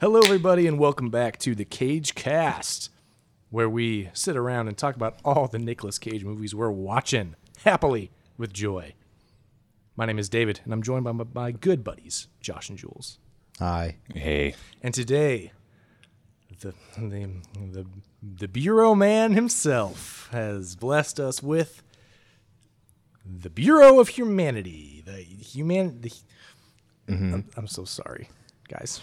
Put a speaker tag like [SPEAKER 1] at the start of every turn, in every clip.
[SPEAKER 1] Hello, everybody, and welcome back to the Cage Cast, where we sit around and talk about all the Nicolas Cage movies we're watching happily with joy. My name is David, and I'm joined by my, my good buddies, Josh and Jules.
[SPEAKER 2] Hi.
[SPEAKER 3] Hey.
[SPEAKER 1] And today, the, the, the, the Bureau man himself has blessed us with the Bureau of Humanity. The human. The, I'm, I'm so sorry, guys.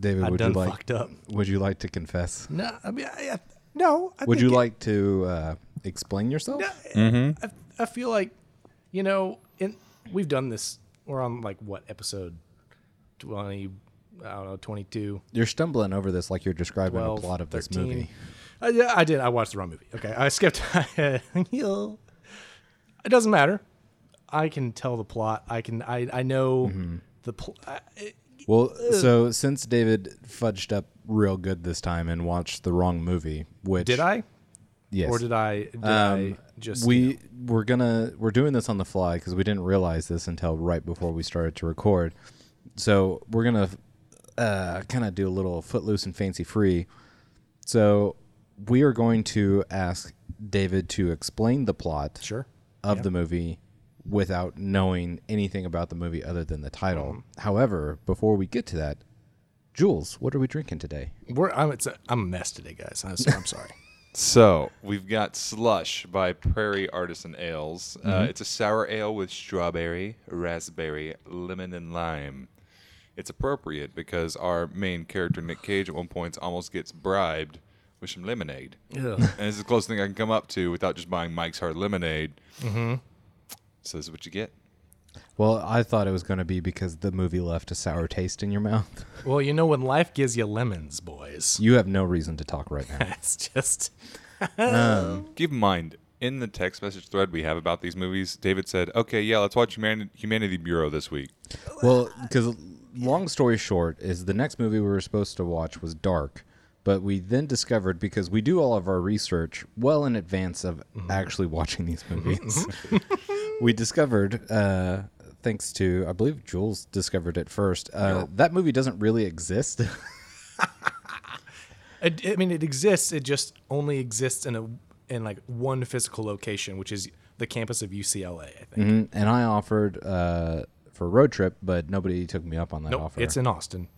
[SPEAKER 2] David,
[SPEAKER 1] I've
[SPEAKER 2] Mm-hmm. would
[SPEAKER 1] done
[SPEAKER 2] you like
[SPEAKER 1] fucked up.
[SPEAKER 2] would you like to confess?
[SPEAKER 1] No, I mean, I, I, no. I
[SPEAKER 2] Would you
[SPEAKER 1] think it-
[SPEAKER 2] like Mm-hmm. to uh, explain yourself?
[SPEAKER 1] I, I feel like, you know, and we've done this. We're on like what episode twenty? I don't know, twenty-two.
[SPEAKER 2] You're stumbling over this like you're describing the
[SPEAKER 1] 12,
[SPEAKER 2] plot of this
[SPEAKER 1] 13.
[SPEAKER 2] movie.
[SPEAKER 1] Uh, yeah, I did. I watched the wrong movie. Okay, I skipped. it doesn't matter. I can tell the plot. I can. I. I know
[SPEAKER 2] Mm-hmm.
[SPEAKER 1] the. Pl- uh, I,
[SPEAKER 2] Well, so since David fudged up real good this time and watched the wrong movie, which
[SPEAKER 1] did I?
[SPEAKER 2] Yes.
[SPEAKER 1] Or did I? Did I
[SPEAKER 2] Um,
[SPEAKER 1] just?
[SPEAKER 2] we we're gonna we're doing this on the fly because we didn't realize this until right before we started to record. So we're gonna uh, kind of do a little footloose and fancy free. So we are going to ask David to explain the plot
[SPEAKER 1] sure.
[SPEAKER 2] of the movie without knowing anything about the movie other than the title. However, before we get to that, Jules, what are we drinking today?
[SPEAKER 1] We're. I'm. It's. A, I'm a mess today, guys. I'm, so- I'm sorry.
[SPEAKER 3] So we've got Slush by Prairie Artisan Ales. Uh, it's a sour ale with strawberry, raspberry, lemon, and lime. It's appropriate because our main character, Nick Cage, at one point almost gets bribed with some lemonade.
[SPEAKER 1] Ugh.
[SPEAKER 3] And this is the closest thing I can come up to without just buying Mike's Hard Lemonade. Mm-hmm. So this is what you get.
[SPEAKER 2] Well, I thought it was going to be because the movie left a sour taste in your mouth.
[SPEAKER 1] well, you know when life gives you lemons, boys.
[SPEAKER 2] You have no reason to talk right now.
[SPEAKER 1] That's just.
[SPEAKER 3] Keep in mind, in the text message thread we have about these movies, David said, okay, yeah, let's watch Human- Humanity Bureau this week.
[SPEAKER 2] well, because long story short is the next movie we were supposed to watch was Dark, but we then discovered because we do all of our research well in advance of
[SPEAKER 1] Mm-hmm.
[SPEAKER 2] actually watching these movies, we discovered. Uh, Thanks to, I believe Jules discovered it first. Uh, That movie doesn't really exist.
[SPEAKER 1] It, I mean, it exists. It just only exists in a in like one physical location, which is the campus of UCLA. I think.
[SPEAKER 2] and I offered uh, for a road trip, but nobody took me up on that
[SPEAKER 1] Nope,
[SPEAKER 2] offer.
[SPEAKER 1] it's in Austin.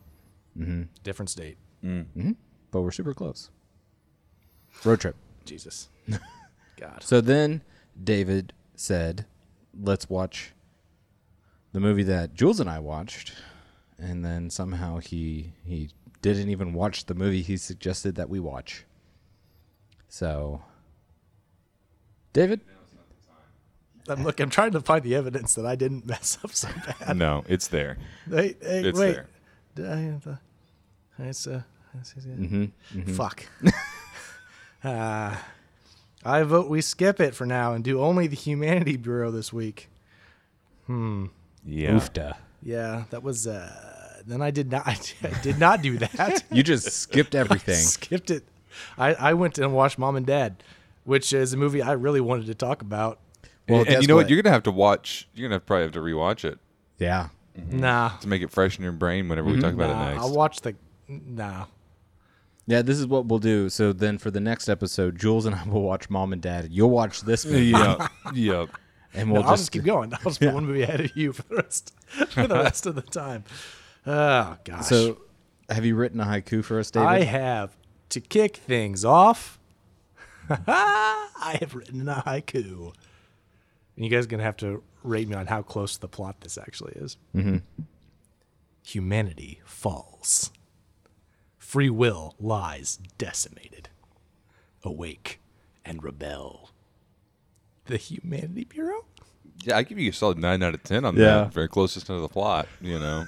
[SPEAKER 1] Different state.
[SPEAKER 2] but we're super close. Road trip.
[SPEAKER 1] Jesus. God.
[SPEAKER 2] So then David said, "Let's watch the movie that Jules and I watched." And then somehow he he didn't even watch the movie he suggested that we watch. So David,
[SPEAKER 1] I'm, look, I'm trying to find the evidence that I didn't mess up so bad.
[SPEAKER 3] No, it's there.
[SPEAKER 1] Wait, hey,
[SPEAKER 3] It's
[SPEAKER 1] wait.
[SPEAKER 3] there.
[SPEAKER 1] Did I- uh, It's, uh, it's- it's-
[SPEAKER 3] Mm-hmm,
[SPEAKER 1] Fuck. uh, I vote we skip it for now and do only the Humanity Bureau this week.
[SPEAKER 3] Yeah.
[SPEAKER 2] oofda.
[SPEAKER 1] Yeah, that was. Uh, then I did not. I did not do that.
[SPEAKER 2] You just skipped everything.
[SPEAKER 1] Skipped it. I, I went and watched Mom and Dad, which is a movie I really wanted to talk about.
[SPEAKER 2] Well,
[SPEAKER 3] and, and
[SPEAKER 2] guess
[SPEAKER 3] you know what?
[SPEAKER 2] what?
[SPEAKER 3] You're gonna have to watch. You're gonna probably have to rewatch it
[SPEAKER 2] yeah.
[SPEAKER 3] Mm-hmm.
[SPEAKER 1] Nah,
[SPEAKER 3] to make it fresh in your brain whenever we
[SPEAKER 2] Mm-hmm.
[SPEAKER 3] talk about
[SPEAKER 1] nah
[SPEAKER 3] it next.
[SPEAKER 1] I'll watch the. Nah,
[SPEAKER 2] Yeah, this is what we'll do. So then for the next episode, Jules and I will watch Mom and Dad. You'll watch this movie
[SPEAKER 3] yeah, yeah.
[SPEAKER 2] and we'll
[SPEAKER 1] I'll
[SPEAKER 2] just
[SPEAKER 1] just keep going. I'll just put one movie ahead of you for the rest for the rest of the time. Oh gosh.
[SPEAKER 2] So, have you written a haiku for us, David?
[SPEAKER 1] I have to kick things off. I have written a haiku. And you guys are going to have to rate me on how close to the plot this actually is. Mm-hmm. Humanity falls. Free will lies decimated. Awake and rebel. The Humanity Bureau?
[SPEAKER 3] Yeah, I give you a solid nine out of ten on
[SPEAKER 2] Yeah.
[SPEAKER 3] that. Very closest to the plot, you know.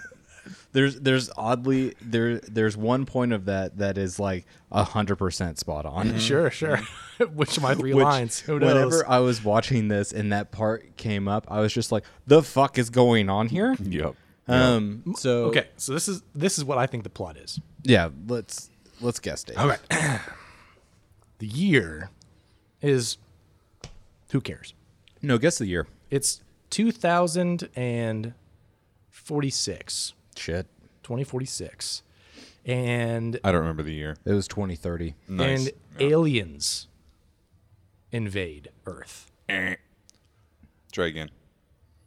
[SPEAKER 2] there's there's oddly there there's one point of that that is like hundred percent spot on.
[SPEAKER 1] Sure, sure. Which of my three
[SPEAKER 2] Which,
[SPEAKER 1] lines? Who knows?
[SPEAKER 2] whenever I was watching this and that part came up, I was just like, "The fuck is going on here?"
[SPEAKER 3] Yep.
[SPEAKER 2] Um.
[SPEAKER 1] Mm-hmm.
[SPEAKER 2] So
[SPEAKER 1] okay, so this is this is what I think the plot is.
[SPEAKER 2] yeah. Let's let's guess, Dave.
[SPEAKER 1] All right. the year is who cares?
[SPEAKER 2] No, guess the year.
[SPEAKER 1] It's 2046,
[SPEAKER 2] Shit.
[SPEAKER 1] 2046. and
[SPEAKER 3] I don't remember the year.
[SPEAKER 2] It was 2030.
[SPEAKER 1] Mm.
[SPEAKER 3] Nice.
[SPEAKER 1] and aliens invade Earth.
[SPEAKER 3] Try again.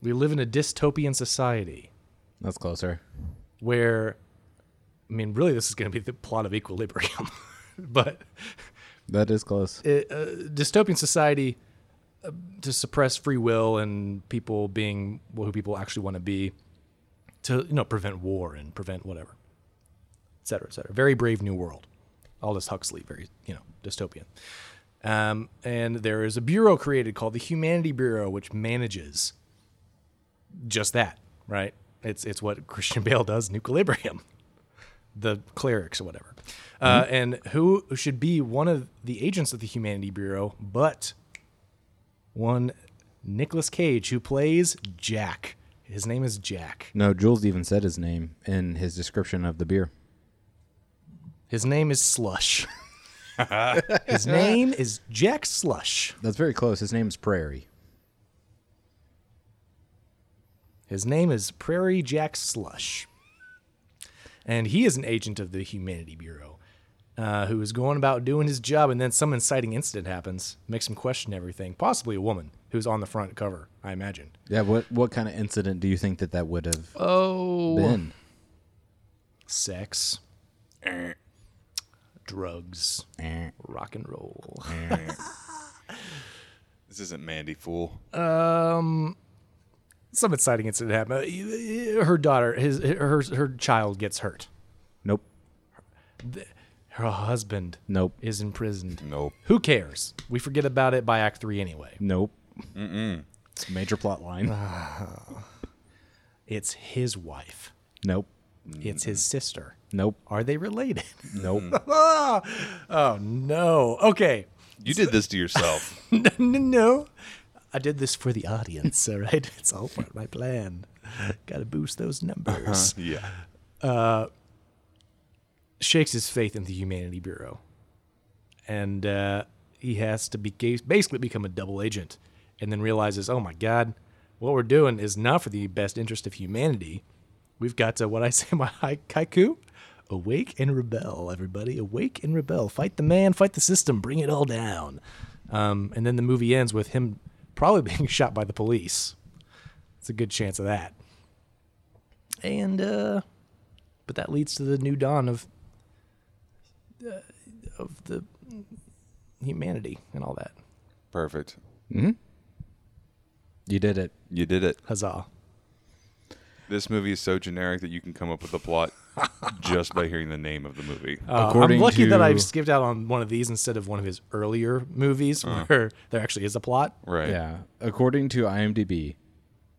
[SPEAKER 1] We live in a dystopian society
[SPEAKER 2] That's closer.
[SPEAKER 1] where, I mean, really, this is going to be the plot of Equilibrium, but
[SPEAKER 2] That is close.
[SPEAKER 1] it, uh, dystopian society uh, to suppress free will and people being who people actually want to be, to you know prevent war and prevent whatever, et cetera, et cetera. Very brave new world. Aldous Huxley, very you know dystopian. Um, and there is a bureau created called the Humanity Bureau, which manages just that. Right? It's it's what Christian Bale does in Equilibrium the clerics or whatever. Uh, and who should be one of the agents of the Humanity Bureau but one Nicolas Cage, who plays Jack. His name is Jack.
[SPEAKER 2] No, Jules even said his name in his description of the beer.
[SPEAKER 1] His name is Slush. His name is Jack Slush.
[SPEAKER 2] That's very close. His name's Prairie.
[SPEAKER 1] His name is Prairie Jack Slush. And he is an agent of the Humanity Bureau uh, who is going about doing his job, and then some inciting incident happens, makes him question everything. Possibly a woman who's on the front cover, I imagine.
[SPEAKER 2] Yeah. What what kind of incident do you think that that would have
[SPEAKER 1] Oh.
[SPEAKER 2] been?
[SPEAKER 1] Sex. Drugs.
[SPEAKER 2] Eh.
[SPEAKER 1] Rock and roll.
[SPEAKER 3] This isn't Mandy Fool.
[SPEAKER 1] Some exciting incident happened. Her daughter, his, her, her child gets hurt.
[SPEAKER 2] Nope.
[SPEAKER 1] Her husband
[SPEAKER 2] Nope.
[SPEAKER 1] is imprisoned.
[SPEAKER 3] Nope.
[SPEAKER 1] Who cares? We forget about it by Act 3 anyway.
[SPEAKER 2] Nope. Mm-mm. It's a major plot line.
[SPEAKER 1] It's his wife,
[SPEAKER 2] nope.
[SPEAKER 1] it's his sister.
[SPEAKER 2] Nope.
[SPEAKER 1] Are they related?
[SPEAKER 2] Nope.
[SPEAKER 1] Oh, no. Okay.
[SPEAKER 3] You did this to yourself.
[SPEAKER 1] no, no, no. I did this for the audience, all right? It's all part of my plan. Gotta boost those numbers.
[SPEAKER 3] yeah.
[SPEAKER 1] shakes his faith in the Humanity Bureau, and uh, he has to be basically become a double agent, and then realizes, oh my God, what we're doing is not for the best interest of humanity. We've got to what I say in my hai- haiku. Awake and rebel, everybody. Awake and rebel. Fight the man, fight the system, bring it all down. Um, and then the movie ends with him probably being shot by the police. It's a good chance of that. And, uh, but that leads to the new dawn of of the humanity and all that.
[SPEAKER 3] Perfect.
[SPEAKER 2] You did it.
[SPEAKER 3] You did it.
[SPEAKER 1] Huzzah. Uh,
[SPEAKER 3] This movie is so generic that you can come up with a plot just by hearing the name of the movie.
[SPEAKER 1] Uh, I'm
[SPEAKER 2] According
[SPEAKER 1] lucky that
[SPEAKER 2] to-
[SPEAKER 1] I've skipped out on one of these instead of one of his earlier movies where there actually is a plot.
[SPEAKER 3] right.
[SPEAKER 2] Yeah. According to IMDb,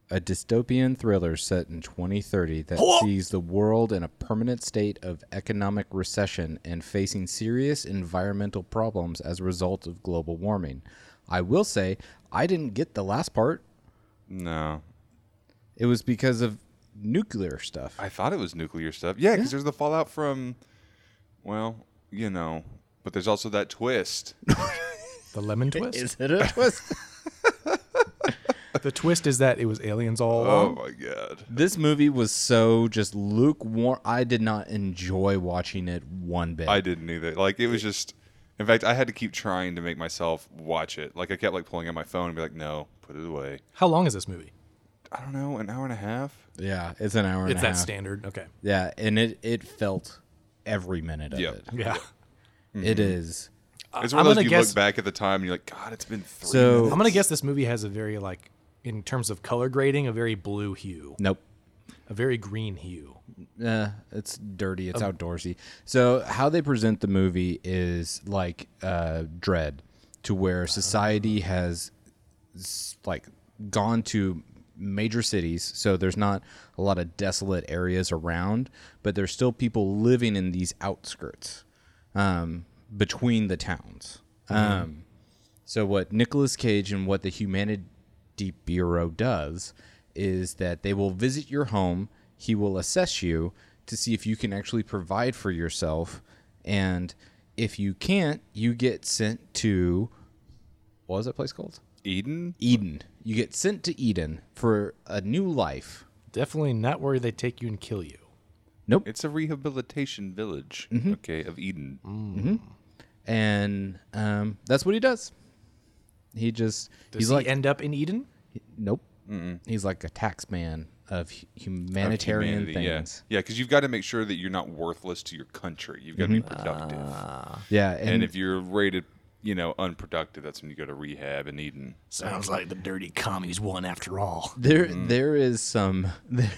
[SPEAKER 2] a dystopian thriller set in 2030 that sees the world in a permanent state of economic recession and facing serious environmental problems as a result of global warming. I will say, I didn't get the last part.
[SPEAKER 3] No.
[SPEAKER 2] It was because of nuclear stuff.
[SPEAKER 3] I thought it was nuclear stuff. Yeah, because there's the fallout from, well, you know, but there's also that twist.
[SPEAKER 1] The lemon twist.
[SPEAKER 2] it a twist?
[SPEAKER 1] the twist is that it was aliens all
[SPEAKER 3] oh
[SPEAKER 1] along.
[SPEAKER 3] my god.
[SPEAKER 2] this movie was so just lukewarm. I did not enjoy watching it one bit.
[SPEAKER 3] I didn't either. Like it was just. In fact, I had to keep trying to make myself watch it. Like I kept like pulling out my phone and be like, "No, put it away."
[SPEAKER 1] How long is this movie?
[SPEAKER 3] I don't know, an hour and a half.
[SPEAKER 2] yeah, it's an hour and
[SPEAKER 1] it's
[SPEAKER 2] a
[SPEAKER 1] that
[SPEAKER 2] half.
[SPEAKER 1] standard. Okay.
[SPEAKER 2] Yeah, and it it felt every minute of
[SPEAKER 3] Yep.
[SPEAKER 2] it.
[SPEAKER 1] Yeah. Mm-hmm.
[SPEAKER 2] It is.
[SPEAKER 3] It's one
[SPEAKER 1] I'm
[SPEAKER 3] of those
[SPEAKER 1] gonna
[SPEAKER 3] you
[SPEAKER 1] guess-
[SPEAKER 3] look back at the time and you're like, "God, it's been three
[SPEAKER 2] So-
[SPEAKER 3] minutes."
[SPEAKER 1] I'm going to guess this movie has a very, like, in terms of color grading, a very blue hue,
[SPEAKER 2] Nope.
[SPEAKER 1] a very green hue.
[SPEAKER 2] Uh, it's dirty. It's outdoorsy. So how they present the movie is like uh, Dread, to where society has s- like gone to major cities, so there's not a lot of desolate areas around, but there's still people living in these outskirts um, between the towns. Um, So what Nicolas Cage and what the Humanity Bureau does is that they will visit your home. He will assess you to see if you can actually provide for yourself, and if you can't, you get sent to what was that place called?
[SPEAKER 3] Eden.
[SPEAKER 2] Eden. You get sent to Eden for a new life.
[SPEAKER 1] Definitely not where they take you and kill you.
[SPEAKER 2] Nope.
[SPEAKER 3] It's a rehabilitation village, okay, of Eden.
[SPEAKER 2] And um, that's what he does. He just
[SPEAKER 1] Does
[SPEAKER 2] he's
[SPEAKER 1] he
[SPEAKER 2] like
[SPEAKER 1] end up in Eden?
[SPEAKER 2] nope. He's like a tax man of hu- humanitarian
[SPEAKER 3] Humanity,
[SPEAKER 2] things.
[SPEAKER 3] Yeah, because you've got to make sure that you're not worthless to your country. You've got to be productive.
[SPEAKER 2] Yeah,
[SPEAKER 3] and,
[SPEAKER 2] and,
[SPEAKER 3] if you're rated, you know, unproductive, that's when you go to rehab in Eden.
[SPEAKER 1] Sounds like the dirty commies won after all.
[SPEAKER 2] there
[SPEAKER 1] Mm.
[SPEAKER 2] there is some there,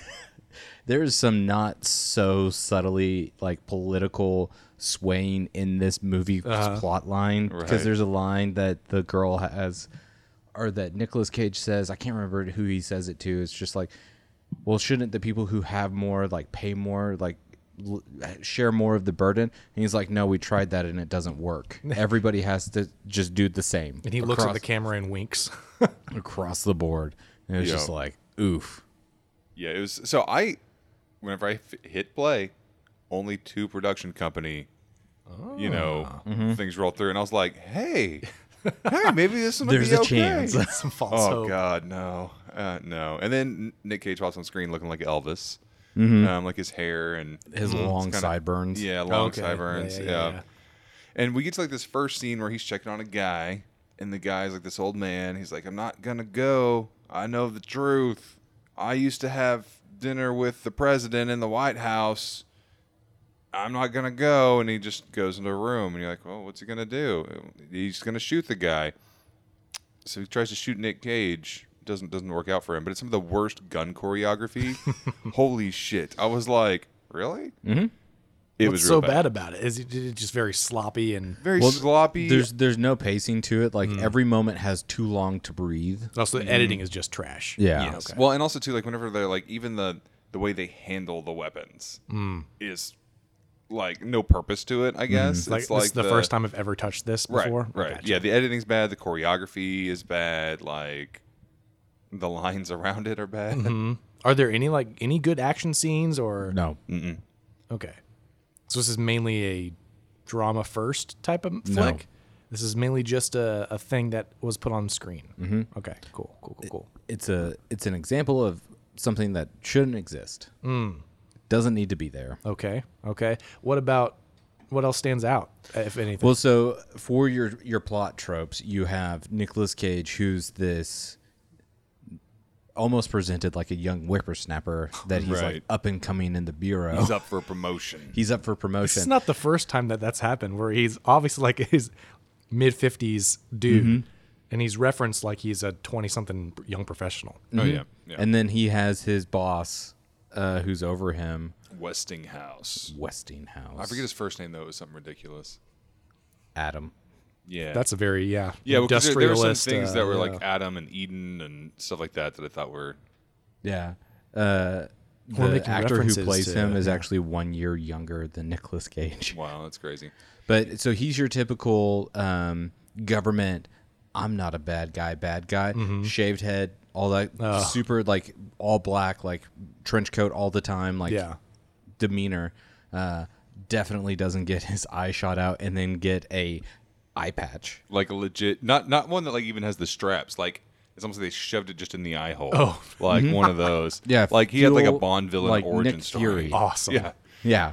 [SPEAKER 2] there is some not so subtly like political swaying in this movie
[SPEAKER 1] Uh-huh.
[SPEAKER 2] plot line because
[SPEAKER 3] Right.
[SPEAKER 2] there's a line that the girl has or that Nicolas Cage says I can't remember who he says it to it's just like well shouldn't the people who have more like pay more like l- share more of the burden and he's like no we tried that and it doesn't work everybody has to just do the same
[SPEAKER 1] And he looks at
[SPEAKER 2] across-
[SPEAKER 1] the camera and winks.
[SPEAKER 2] across the board and it was
[SPEAKER 3] Yeah.
[SPEAKER 2] just like oof
[SPEAKER 3] Yeah, it was. So I, whenever I f- hit play, only two production company,
[SPEAKER 2] Ah.
[SPEAKER 3] you know,
[SPEAKER 2] Mm-hmm.
[SPEAKER 3] things rolled through, and I was like, hey, hey, maybe this one
[SPEAKER 2] There's
[SPEAKER 3] be
[SPEAKER 2] a
[SPEAKER 3] okay.
[SPEAKER 2] chance.
[SPEAKER 1] Some false
[SPEAKER 3] Oh
[SPEAKER 1] hope.
[SPEAKER 3] God, no, uh, no! And then Nick Cage pops on screen looking like Elvis,
[SPEAKER 2] Mm-hmm.
[SPEAKER 3] um, like his hair and
[SPEAKER 2] his long sideburns.
[SPEAKER 3] Mm, Yeah, long
[SPEAKER 1] Oh, Okay.
[SPEAKER 3] sideburns.
[SPEAKER 1] Yeah,
[SPEAKER 3] Yeah,
[SPEAKER 1] yeah, yeah.
[SPEAKER 3] And we get to like this first scene where he's checking on a guy, and the guy's like this old man. He's like, "I'm not gonna go. I know the truth. I used to have dinner with the president in the White House. I'm not gonna go." And he just goes into a room, and you're like, "Well, what's he gonna do? He's gonna shoot the guy." So he tries to shoot Nick Cage. Doesn't doesn't work out for him, but it's some of the worst gun choreography. Holy shit! I was like, really? Mm-hmm. It
[SPEAKER 1] What's
[SPEAKER 3] was
[SPEAKER 1] so
[SPEAKER 3] real
[SPEAKER 1] bad. about it? Is it, is it just very sloppy and
[SPEAKER 3] very
[SPEAKER 2] Well,
[SPEAKER 3] sloppy.
[SPEAKER 2] There's there's no pacing to it.
[SPEAKER 3] Mm.
[SPEAKER 2] Like every moment has too long to breathe.
[SPEAKER 1] also the editing is just trash?
[SPEAKER 2] Yeah.
[SPEAKER 1] okay.
[SPEAKER 3] Well, and also too, like whenever they're like, even the the way they handle the weapons
[SPEAKER 1] Mm.
[SPEAKER 3] is like no purpose to it. I guess
[SPEAKER 1] like,
[SPEAKER 3] it's
[SPEAKER 1] this
[SPEAKER 3] like
[SPEAKER 1] is the, first time I've ever touched this
[SPEAKER 3] Right,
[SPEAKER 1] before.
[SPEAKER 3] right.
[SPEAKER 1] Gotcha.
[SPEAKER 3] Yeah, the editing's bad. The choreography is bad. Like the lines around it are bad.
[SPEAKER 1] Mm-hmm. Are there any like any good action scenes or
[SPEAKER 2] No.
[SPEAKER 3] Mm.
[SPEAKER 1] Okay. So this is mainly a drama first type of flick. This is mainly just a, a thing that was put on screen. Mm-hmm. Okay. Cool. Cool. Cool. Cool.
[SPEAKER 2] It's a it's an example of something that shouldn't exist.
[SPEAKER 3] Mm.
[SPEAKER 2] Doesn't need to be there.
[SPEAKER 1] Okay. Okay. What about what else stands out, if anything?
[SPEAKER 2] Well, so for your your plot tropes, you have Nicolas Cage, who's this almost presented like a young whippersnapper that he's like
[SPEAKER 3] Right.
[SPEAKER 2] up and coming in the bureau.
[SPEAKER 3] He's up for promotion.
[SPEAKER 2] He's up for promotion.
[SPEAKER 1] It's not the first time that that's happened where he's obviously like his mid 50s dude
[SPEAKER 2] Mm-hmm.
[SPEAKER 1] and he's referenced like he's a 20 something young professional.
[SPEAKER 3] oh yeah, yeah.
[SPEAKER 2] And then he has his boss, uh, who's over him,
[SPEAKER 3] Westinghouse.
[SPEAKER 2] Westinghouse.
[SPEAKER 3] I forget his first name though. It was something ridiculous.
[SPEAKER 2] Adam.
[SPEAKER 3] Yeah,
[SPEAKER 1] That's a very, yeah,
[SPEAKER 3] yeah. Because there, there were some
[SPEAKER 1] industrialist.
[SPEAKER 3] things
[SPEAKER 1] uh,
[SPEAKER 3] that were
[SPEAKER 1] yeah.
[SPEAKER 3] like Adam and Eden and stuff like that that I thought were
[SPEAKER 2] Yeah. Uh,
[SPEAKER 1] We're
[SPEAKER 2] the
[SPEAKER 1] making
[SPEAKER 2] actor who
[SPEAKER 1] references
[SPEAKER 2] plays
[SPEAKER 1] to-
[SPEAKER 2] him is actually one year younger than Nicolas Cage.
[SPEAKER 3] wow. That's crazy.
[SPEAKER 2] But so he's your typical um, government. I'm not a bad guy. Bad guy.
[SPEAKER 3] Mm-hmm.
[SPEAKER 2] Shaved head. All that super like all black like trench coat all the time. Like
[SPEAKER 1] Yeah.
[SPEAKER 2] demeanor. Uh, definitely doesn't get his eye shot out and then get a eye patch.
[SPEAKER 3] like a legit not not one that like even has the straps like it's almost like they shoved it just in the eye hole
[SPEAKER 1] Oh.
[SPEAKER 3] like one of those
[SPEAKER 2] Mm-hmm. Yeah,
[SPEAKER 3] like he had like a
[SPEAKER 2] fuel-
[SPEAKER 3] bond villain
[SPEAKER 2] like
[SPEAKER 3] origin
[SPEAKER 2] Nick
[SPEAKER 3] story
[SPEAKER 2] Fury.
[SPEAKER 1] awesome.
[SPEAKER 3] yeah
[SPEAKER 2] Yeah,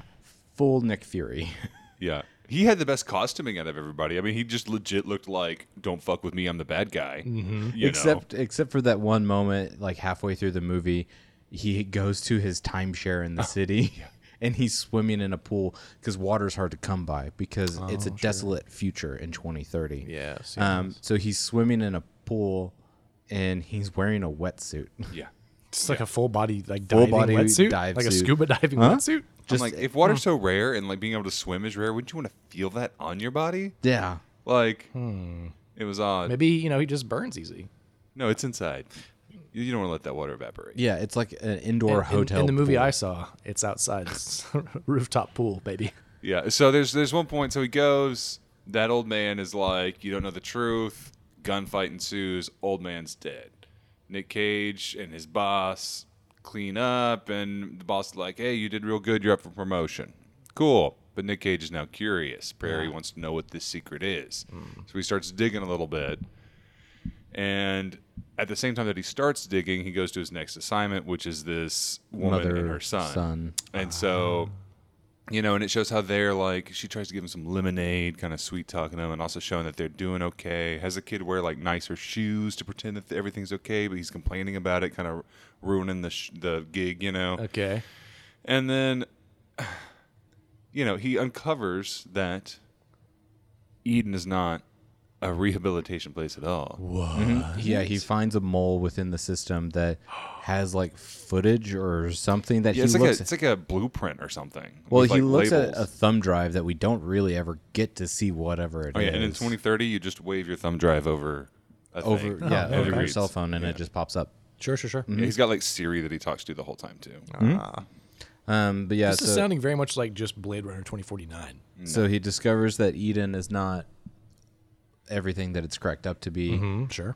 [SPEAKER 2] full Nick Fury.
[SPEAKER 3] yeah he had the best costuming out of everybody i mean he just legit looked like don't fuck with me i'm the bad guy mm-hmm.
[SPEAKER 2] except except for that one moment, like halfway through the movie, he goes to his timeshare in the city, and he's swimming in a pool because water's hard to come by because
[SPEAKER 3] Oh,
[SPEAKER 2] it's a desolate future in 2030.
[SPEAKER 1] Yes,
[SPEAKER 2] Um. So he's swimming in a pool, and he's wearing a wetsuit.
[SPEAKER 3] yeah
[SPEAKER 1] It's like a full body like diving
[SPEAKER 2] body
[SPEAKER 1] wetsuit,
[SPEAKER 2] dive
[SPEAKER 1] like a
[SPEAKER 2] suit.
[SPEAKER 1] scuba diving wetsuit.
[SPEAKER 2] Just- uh.
[SPEAKER 3] just like if water's so rare and like being able to swim is rare wouldn't you want to feel that on your body
[SPEAKER 2] yeah.
[SPEAKER 3] like
[SPEAKER 2] Hmm.
[SPEAKER 3] it was odd
[SPEAKER 1] Maybe you know he just burns easy.
[SPEAKER 3] no it's inside you, you don't want to let that water evaporate
[SPEAKER 2] Yeah, it's like an indoor
[SPEAKER 1] In- in,
[SPEAKER 2] hotel.
[SPEAKER 1] the movie
[SPEAKER 2] pool.
[SPEAKER 1] I saw, it's outside it's rooftop pool, baby.
[SPEAKER 3] Yeah. So there's there's one point. So he goes. That old man is like, you don't know the truth. Gunfight ensues. Old man's dead. Nick Cage and his boss clean up, and the boss is like, hey, you did real good. You're up for promotion. Cool. But Nick Cage is now curious. Prairie wants to know what this secret is. So he starts digging a little bit And at the same time that he starts digging, he goes to his next assignment, which is this woman
[SPEAKER 2] Mother,
[SPEAKER 3] and her son.
[SPEAKER 2] son.
[SPEAKER 3] And so, you know, and it shows how they're like, she tries to give him some lemonade, kind of sweet talking them, and also showing that they're doing okay. Has the kid wear like nicer shoes to pretend that everything's okay, but he's complaining about it, kind of ruining the, sh- the gig, you know?
[SPEAKER 2] Uh,
[SPEAKER 1] Okay.
[SPEAKER 3] And then, you know, he uncovers that Eden is not a rehabilitation place at all. Oh,
[SPEAKER 2] Yeah, he finds a mole within the system that has like footage or something that
[SPEAKER 3] Yeah,
[SPEAKER 2] he
[SPEAKER 3] it's like
[SPEAKER 2] looks.
[SPEAKER 3] a it's like a blueprint or something.
[SPEAKER 2] well,
[SPEAKER 3] with,
[SPEAKER 2] he
[SPEAKER 3] like,
[SPEAKER 2] looks
[SPEAKER 3] labels.
[SPEAKER 2] at a thumb drive that we don't really ever get to see whatever it is.
[SPEAKER 3] oh yeah, and in 2030 you just wave your thumb drive over a
[SPEAKER 2] over
[SPEAKER 3] thing.
[SPEAKER 2] yeah
[SPEAKER 3] And it
[SPEAKER 2] over Mm-hmm. your
[SPEAKER 3] reads.
[SPEAKER 2] cell phone and it just pops up.
[SPEAKER 1] Sure, sure,
[SPEAKER 2] Mm,
[SPEAKER 1] sure.
[SPEAKER 3] Yeah, he's got like Siri that he talks to the whole time too.
[SPEAKER 2] Hmm? Um, but yeah,
[SPEAKER 1] This
[SPEAKER 2] so,
[SPEAKER 1] is sounding very much like just Blade Runner 2049.
[SPEAKER 2] so he discovers that Eden is not everything that it's cracked up to be.
[SPEAKER 3] Mm-hmm.
[SPEAKER 1] Mm, sure.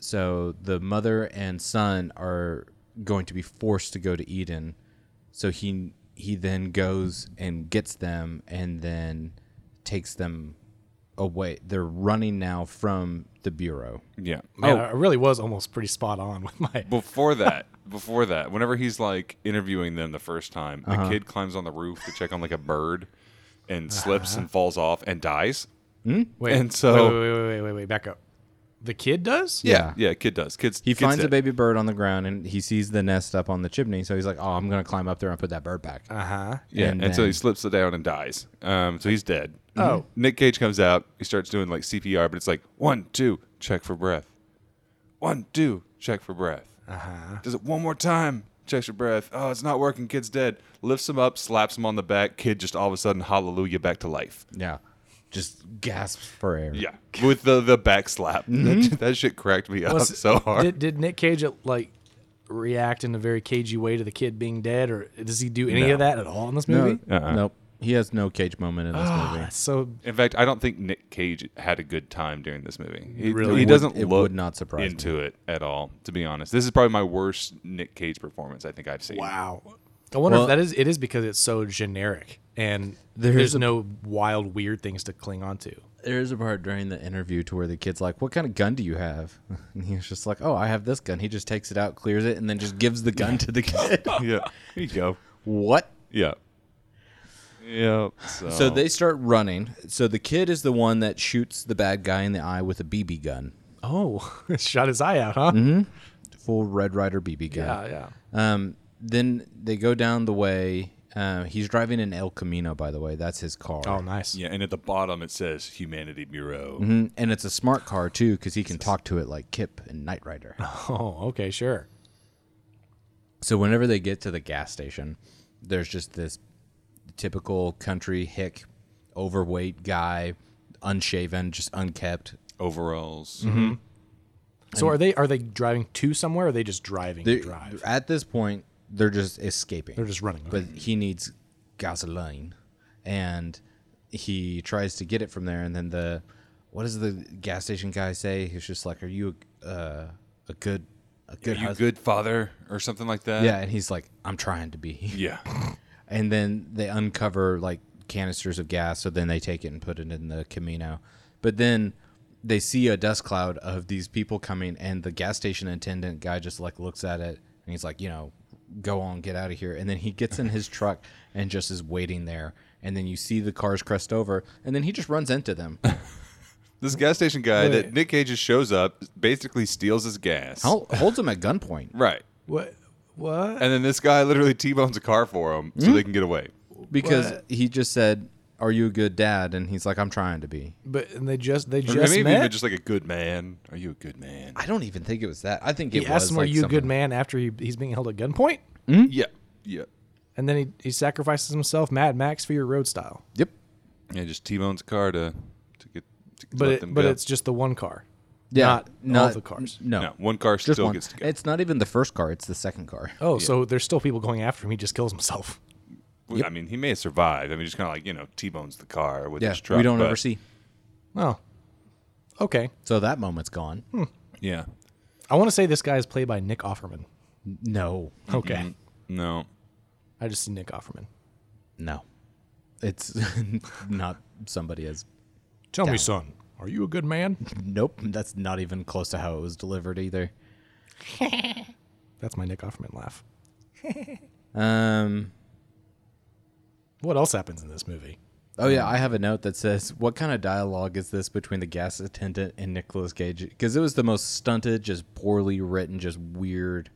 [SPEAKER 2] So the mother and son are going to be forced to go to Eden. So he he then goes and gets them and then takes them away. They're running now from the bureau.
[SPEAKER 3] Yeah.
[SPEAKER 2] Oh.
[SPEAKER 1] Man, I really was almost pretty spot on with my.
[SPEAKER 3] before that, before that, whenever he's like interviewing them the first time,
[SPEAKER 2] Uh-huh.
[SPEAKER 3] the kid climbs on the roof to check on like a bird, and slips and falls off and dies.
[SPEAKER 1] Wait,
[SPEAKER 3] And so-
[SPEAKER 1] wait, wait, wait, wait, wait, wait, back up. The kid does?
[SPEAKER 2] Yeah.
[SPEAKER 3] Yeah, kid does. Kids.
[SPEAKER 2] He
[SPEAKER 3] kid's
[SPEAKER 2] finds a
[SPEAKER 3] dead.
[SPEAKER 2] baby bird on the ground and he sees the nest up on the chimney. So he's like, "Oh, I'm gonna climb up there and put that bird back."
[SPEAKER 1] Uh huh.
[SPEAKER 3] Yeah,
[SPEAKER 2] and
[SPEAKER 3] and, so
[SPEAKER 2] then-
[SPEAKER 3] he slips it down and dies. Um, so he's dead. Mm-hmm.
[SPEAKER 1] Oh.
[SPEAKER 3] Nick Cage comes out. He starts doing like CPR, but it's like one, two, check for breath. One, two, check for breath. Uh-huh. Does it one more time. Checks for breath. Oh, it's not working. Kid's dead. Lifts him up, slaps him on the back. Kid just all of a sudden, hallelujah, back to life.
[SPEAKER 2] yeah, just gasps for air.
[SPEAKER 3] Yeah, with the the back slap. That, that shit cracked me up
[SPEAKER 1] Mm-hmm. Was-
[SPEAKER 3] so hard.
[SPEAKER 1] Did, did Nick Cage like react in a very cagey way to the kid being dead, or does he do any
[SPEAKER 3] No.
[SPEAKER 1] of that at all in this
[SPEAKER 2] No,
[SPEAKER 1] movie?
[SPEAKER 3] Uh-uh. Ah,
[SPEAKER 2] nope. He has no cage moment in this movie.
[SPEAKER 1] That's so
[SPEAKER 3] In fact, I don't think Nick Cage had a good time during this movie. He,
[SPEAKER 1] Really?
[SPEAKER 3] he
[SPEAKER 1] It would-
[SPEAKER 3] doesn't
[SPEAKER 2] it
[SPEAKER 3] look
[SPEAKER 2] would not surprise
[SPEAKER 3] into it at all. To be honest, this is probably my worst Nick Cage performance I think I've seen.
[SPEAKER 1] wow. I wonder
[SPEAKER 2] Well-
[SPEAKER 1] if that is. It is because it's so generic and
[SPEAKER 2] There's
[SPEAKER 1] there's,
[SPEAKER 2] a-
[SPEAKER 1] no wild, weird things to cling on to.
[SPEAKER 2] There is a part during the interview to where the kid's like, "What kind of gun do you have?" And he's just like, "Oh, I have this gun." He just takes it out, clears it, and then just gives the gun to the kid.
[SPEAKER 3] yeah, here you go.
[SPEAKER 2] what?
[SPEAKER 3] Yeah, yeah. So,
[SPEAKER 2] So they start running. So the kid is the one that shoots the bad guy in the eye with a BB gun,
[SPEAKER 1] Oh, shot his eye out, huh?
[SPEAKER 2] full Red Rider BB
[SPEAKER 1] Yeah,
[SPEAKER 2] gun.
[SPEAKER 1] yeah.
[SPEAKER 2] Um, then they go down the way. Uh, he's driving an El Camino, by the way. That's his car.
[SPEAKER 1] Oh, nice.
[SPEAKER 3] yeah, and at the bottom it says Humanity Bureau.
[SPEAKER 2] Mm, And it's a smart car too, because he can talk to it like Kip and Knight Rider.
[SPEAKER 1] Oh, okay, sure.
[SPEAKER 2] So whenever they get to the gas station, there's just this typical country hick, overweight guy, unshaven, just unkept.
[SPEAKER 3] Overalls.
[SPEAKER 2] Mm-hmm.
[SPEAKER 1] So are they are they driving to somewhere? Or are they just driving? to
[SPEAKER 2] They-
[SPEAKER 1] drive.
[SPEAKER 2] At this point, they're just escaping.
[SPEAKER 1] They're just running.
[SPEAKER 2] but he needs gasoline, and he tries to get it from there. And then the what does the gas station guy say? He's just like, "Are you a, uh, a good, a
[SPEAKER 3] Are
[SPEAKER 2] good
[SPEAKER 3] you
[SPEAKER 2] husband?"
[SPEAKER 3] good father or something like that?
[SPEAKER 2] Yeah, and he's like, "I'm trying to be."
[SPEAKER 3] Yeah.
[SPEAKER 2] and then they uncover like canisters of gas so then they take it and put it in the camino but then they see a dust cloud of these people coming and the gas station attendant guy just like looks at it and he's like you know go on get out of here and then he gets in his truck and just is waiting there and then you see the cars crest over and then he just runs into them
[SPEAKER 3] This gas station guy that
[SPEAKER 1] Wait.
[SPEAKER 3] Nick Cage just shows up, basically steals his gas.
[SPEAKER 2] Hol- holds them at gunpoint
[SPEAKER 3] Right.
[SPEAKER 1] What? What?
[SPEAKER 3] And then this guy literally T-bones a car for him
[SPEAKER 2] Hmm?
[SPEAKER 3] so they can get away.
[SPEAKER 2] because
[SPEAKER 1] What?
[SPEAKER 2] he just said are you a good dad and he's like i'm trying to be
[SPEAKER 1] But and they just they
[SPEAKER 3] Or
[SPEAKER 1] just
[SPEAKER 3] maybe
[SPEAKER 1] met.
[SPEAKER 3] even just like a good man. Are you a good man?
[SPEAKER 2] i don't even think it was that i think
[SPEAKER 1] he
[SPEAKER 2] it
[SPEAKER 1] asks
[SPEAKER 2] was
[SPEAKER 1] him, "Are
[SPEAKER 2] like
[SPEAKER 1] you a good
[SPEAKER 2] something-
[SPEAKER 1] man?" After he, he's being held at gunpoint,
[SPEAKER 2] Hmm?
[SPEAKER 3] Yeah, yeah.
[SPEAKER 1] and then he, he sacrifices himself, Mad Max, for your road style.
[SPEAKER 2] yep
[SPEAKER 3] Yeah, just T-bones a car to to get to
[SPEAKER 1] But
[SPEAKER 3] let
[SPEAKER 1] it,
[SPEAKER 3] them
[SPEAKER 1] but
[SPEAKER 3] go.
[SPEAKER 1] it's just the one car.
[SPEAKER 2] Yeah,
[SPEAKER 1] not, all the cars.
[SPEAKER 2] No,
[SPEAKER 3] no one car
[SPEAKER 2] just
[SPEAKER 3] still
[SPEAKER 2] one.
[SPEAKER 3] gets to go.
[SPEAKER 2] It's not even the first car; it's the second car.
[SPEAKER 1] Oh, so there's still people going after him. He just kills himself.
[SPEAKER 3] Well, I mean, he may have survived. I mean, just kind of like you know T-bones the car with
[SPEAKER 2] yeah,
[SPEAKER 3] his truck.
[SPEAKER 2] we don't
[SPEAKER 3] but-
[SPEAKER 2] ever see.
[SPEAKER 1] Oh, okay.
[SPEAKER 2] So that moment's gone.
[SPEAKER 1] Hmm.
[SPEAKER 3] Yeah,
[SPEAKER 1] I want to say this guy is played by Nick Offerman.
[SPEAKER 2] No,
[SPEAKER 1] Okay,
[SPEAKER 3] Mm-hmm. no.
[SPEAKER 1] I just see Nick Offerman.
[SPEAKER 2] no, it's not somebody as
[SPEAKER 1] Tell me, son, Are you a good man?
[SPEAKER 2] Nope, that's not even close to how it was delivered either.
[SPEAKER 1] That's my Nick Offerman laugh.
[SPEAKER 2] Um,
[SPEAKER 1] What else happens in this movie?
[SPEAKER 2] oh yeah, I have a note that says, "What kind of dialogue is this between the gas attendant and Nicolas Cage?" Because it was the most stunted, just poorly written, just weird.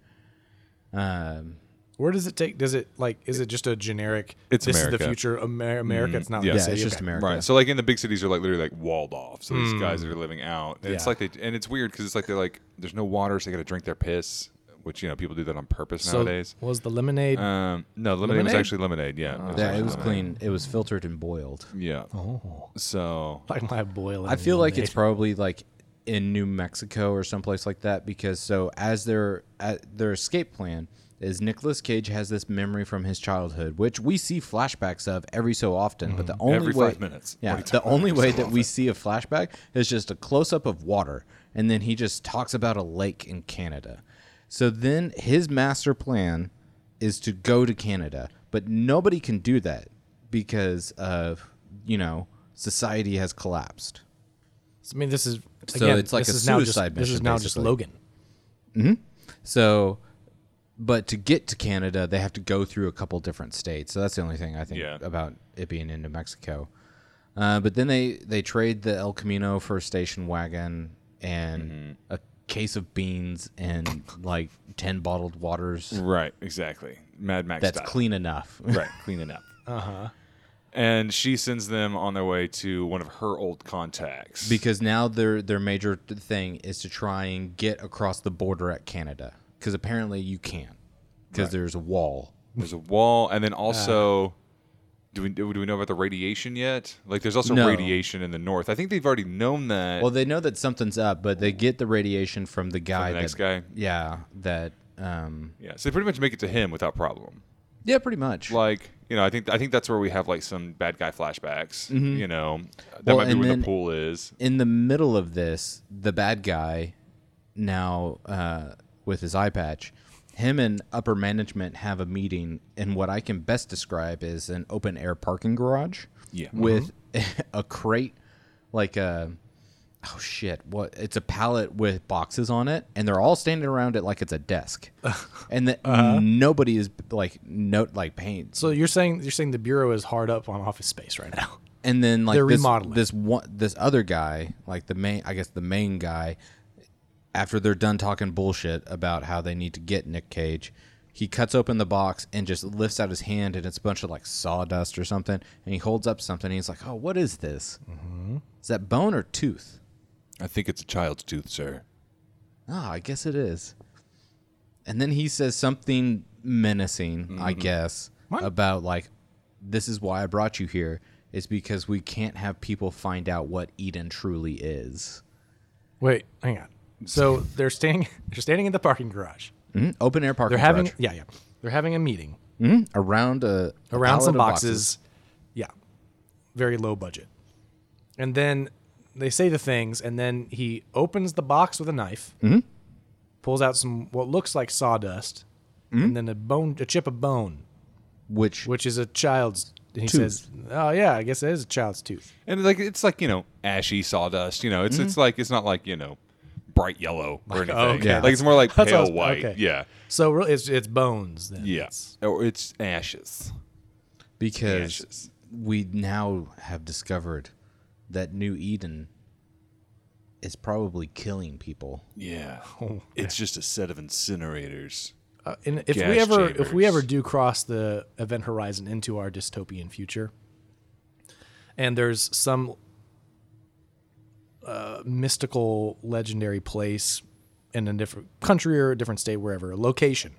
[SPEAKER 2] Um,
[SPEAKER 1] Where does it take? Does it like? Is it just a generic?
[SPEAKER 3] It's
[SPEAKER 1] this is the
[SPEAKER 3] America. Mm-hmm.
[SPEAKER 1] future Amer- America. It's not.
[SPEAKER 3] yeah,
[SPEAKER 1] the
[SPEAKER 2] yeah,
[SPEAKER 1] city,
[SPEAKER 2] it's just
[SPEAKER 1] okay.
[SPEAKER 2] America.
[SPEAKER 3] Right. So like in the big cities are like literally like walled off. So these guys
[SPEAKER 1] Hmm.
[SPEAKER 3] are living out. And It's
[SPEAKER 1] Yeah.
[SPEAKER 3] like they and it's weird because it's like they're like there's no water, so they got to drink their piss, which you know people do that on purpose nowadays.
[SPEAKER 1] was the lemonade?
[SPEAKER 2] Uh,
[SPEAKER 3] Um, no, lemonade, was
[SPEAKER 1] Lemonade?
[SPEAKER 3] actually lemonade. Yeah. it was
[SPEAKER 2] Yeah,
[SPEAKER 3] actually
[SPEAKER 2] it was
[SPEAKER 3] lemonade.
[SPEAKER 2] clean. It was filtered and boiled.
[SPEAKER 3] Yeah.
[SPEAKER 1] oh,
[SPEAKER 3] So
[SPEAKER 1] like my boiling.
[SPEAKER 2] I feel like
[SPEAKER 1] lemonade.
[SPEAKER 2] it's probably like in New Mexico or someplace like that because so as their at their escape plan is Nicolas Cage has this memory from his childhood, which we see flashbacks of every so often, but the only
[SPEAKER 3] Mm-hmm. Every
[SPEAKER 2] way,
[SPEAKER 3] five minutes.
[SPEAKER 2] Yeah,
[SPEAKER 3] What are you
[SPEAKER 2] the only way that we see a flashback is just a close up of water, and then he just talks about a lake in Canada. So then his master plan is to go to Canada, but nobody can do that because of you know society has collapsed.
[SPEAKER 1] I mean, this is
[SPEAKER 2] So
[SPEAKER 1] again,
[SPEAKER 2] it's like
[SPEAKER 1] this
[SPEAKER 2] a
[SPEAKER 1] is now just-
[SPEAKER 2] suicide
[SPEAKER 1] This is
[SPEAKER 2] mission,
[SPEAKER 1] now just
[SPEAKER 2] basically.
[SPEAKER 1] Logan.
[SPEAKER 2] So, but to get to Canada, they have to go through a couple different states. So that's the only thing I think
[SPEAKER 3] Yeah.
[SPEAKER 2] about it being in New Mexico. Uh, but then they they trade the El Camino for a station wagon and a case of beans and like ten bottled waters.
[SPEAKER 3] Right. Exactly. Mad Max.
[SPEAKER 2] That's
[SPEAKER 3] style.
[SPEAKER 2] clean enough.
[SPEAKER 3] Right. Cleaning up. Uh huh.
[SPEAKER 2] Uh-huh.
[SPEAKER 3] And she sends them on their way to one of her old contacts.
[SPEAKER 2] because now their their major th- thing is to try and get across the border at Canada because apparently you can't because there's a wall.
[SPEAKER 3] There's a wall, and then
[SPEAKER 2] Uh.
[SPEAKER 3] also, do we do we know about the radiation yet? Like, there's also
[SPEAKER 2] No.
[SPEAKER 3] radiation in the north. I think they've already known that.
[SPEAKER 2] Well, they know that something's up, but they get the radiation from the guy.
[SPEAKER 3] the next
[SPEAKER 2] that,
[SPEAKER 3] guy.
[SPEAKER 2] Yeah, that. Um,
[SPEAKER 3] yeah, so they pretty much make it to him without problem.
[SPEAKER 2] yeah, pretty much.
[SPEAKER 3] Like, you know, I think I think that's where we have like some bad guy flashbacks. You know, that
[SPEAKER 2] Mm-hmm. Well,
[SPEAKER 3] might be
[SPEAKER 2] and
[SPEAKER 3] where
[SPEAKER 2] then-
[SPEAKER 3] the pool is.
[SPEAKER 2] In the middle of this, the bad guy, now uh, with his eye patch, him and upper management have a meeting in what I can best describe as an open air parking garage.
[SPEAKER 3] Yeah.
[SPEAKER 2] With a crate, like a. Oh shit! What? It's a pallet with boxes on it, and they're all standing around it like it's a desk, and that nobody is like note like paint
[SPEAKER 1] So you're saying you're saying the bureau is hard up on office space right now.
[SPEAKER 2] and then like
[SPEAKER 1] They're
[SPEAKER 2] this,
[SPEAKER 1] remodeling.
[SPEAKER 2] this one this other guy like the main i guess the main guy after they're done talking bullshit about how they need to get nick cage he cuts open the box and just lifts out his hand and it's a bunch of like sawdust or something and he holds up something and he's like oh what is this
[SPEAKER 1] Mm-hmm.
[SPEAKER 2] is that bone or tooth
[SPEAKER 3] I think it's a child's tooth, sir.
[SPEAKER 2] Ah, I guess it is. And then he says something menacing, I guess,
[SPEAKER 1] Mm-hmm. What?
[SPEAKER 2] about like, this is why I brought you here, is because we can't have people find out what Eden truly is.
[SPEAKER 1] Wait, hang on. So they're standing. They're standing in the parking garage.
[SPEAKER 2] Mm, Open air parking
[SPEAKER 1] They're having
[SPEAKER 2] garage.
[SPEAKER 1] yeah yeah. They're having a meeting
[SPEAKER 2] Mm, around a a
[SPEAKER 1] around
[SPEAKER 2] pallet
[SPEAKER 1] some
[SPEAKER 2] of
[SPEAKER 1] boxes. Yeah, very low budget. And then they say the things, and then he opens the box with a knife,
[SPEAKER 2] Mm-hmm.
[SPEAKER 1] pulls out some what looks like sawdust,
[SPEAKER 2] Mm-hmm.
[SPEAKER 1] and then a bone, a chip of bone,
[SPEAKER 2] which
[SPEAKER 1] which is a child's. He says, "Oh yeah, I guess it is a child's tooth."
[SPEAKER 3] And like, it's like you know, ashy sawdust. You know, it's it's like it's not like you know, bright yellow or anything.
[SPEAKER 1] Mm-hmm. okay. Yeah.
[SPEAKER 3] Like it's more like
[SPEAKER 1] That's what I was-
[SPEAKER 3] pale white.
[SPEAKER 1] okay. oh,
[SPEAKER 3] Yeah.
[SPEAKER 1] So really, it's it's bones then.
[SPEAKER 3] Yeah. Or it's ashes.
[SPEAKER 2] because
[SPEAKER 3] Ashes.
[SPEAKER 2] we now have discovered that New Eden is probably killing people.
[SPEAKER 3] Yeah.
[SPEAKER 1] Oh,
[SPEAKER 3] it's just a set of incinerators.
[SPEAKER 1] Uh, and if we
[SPEAKER 3] Gas
[SPEAKER 1] ever if we
[SPEAKER 3] chambers.
[SPEAKER 1] ever do cross the event horizon into our dystopian future, and there's some uh, mystical legendary place in a different country or a different state, wherever a location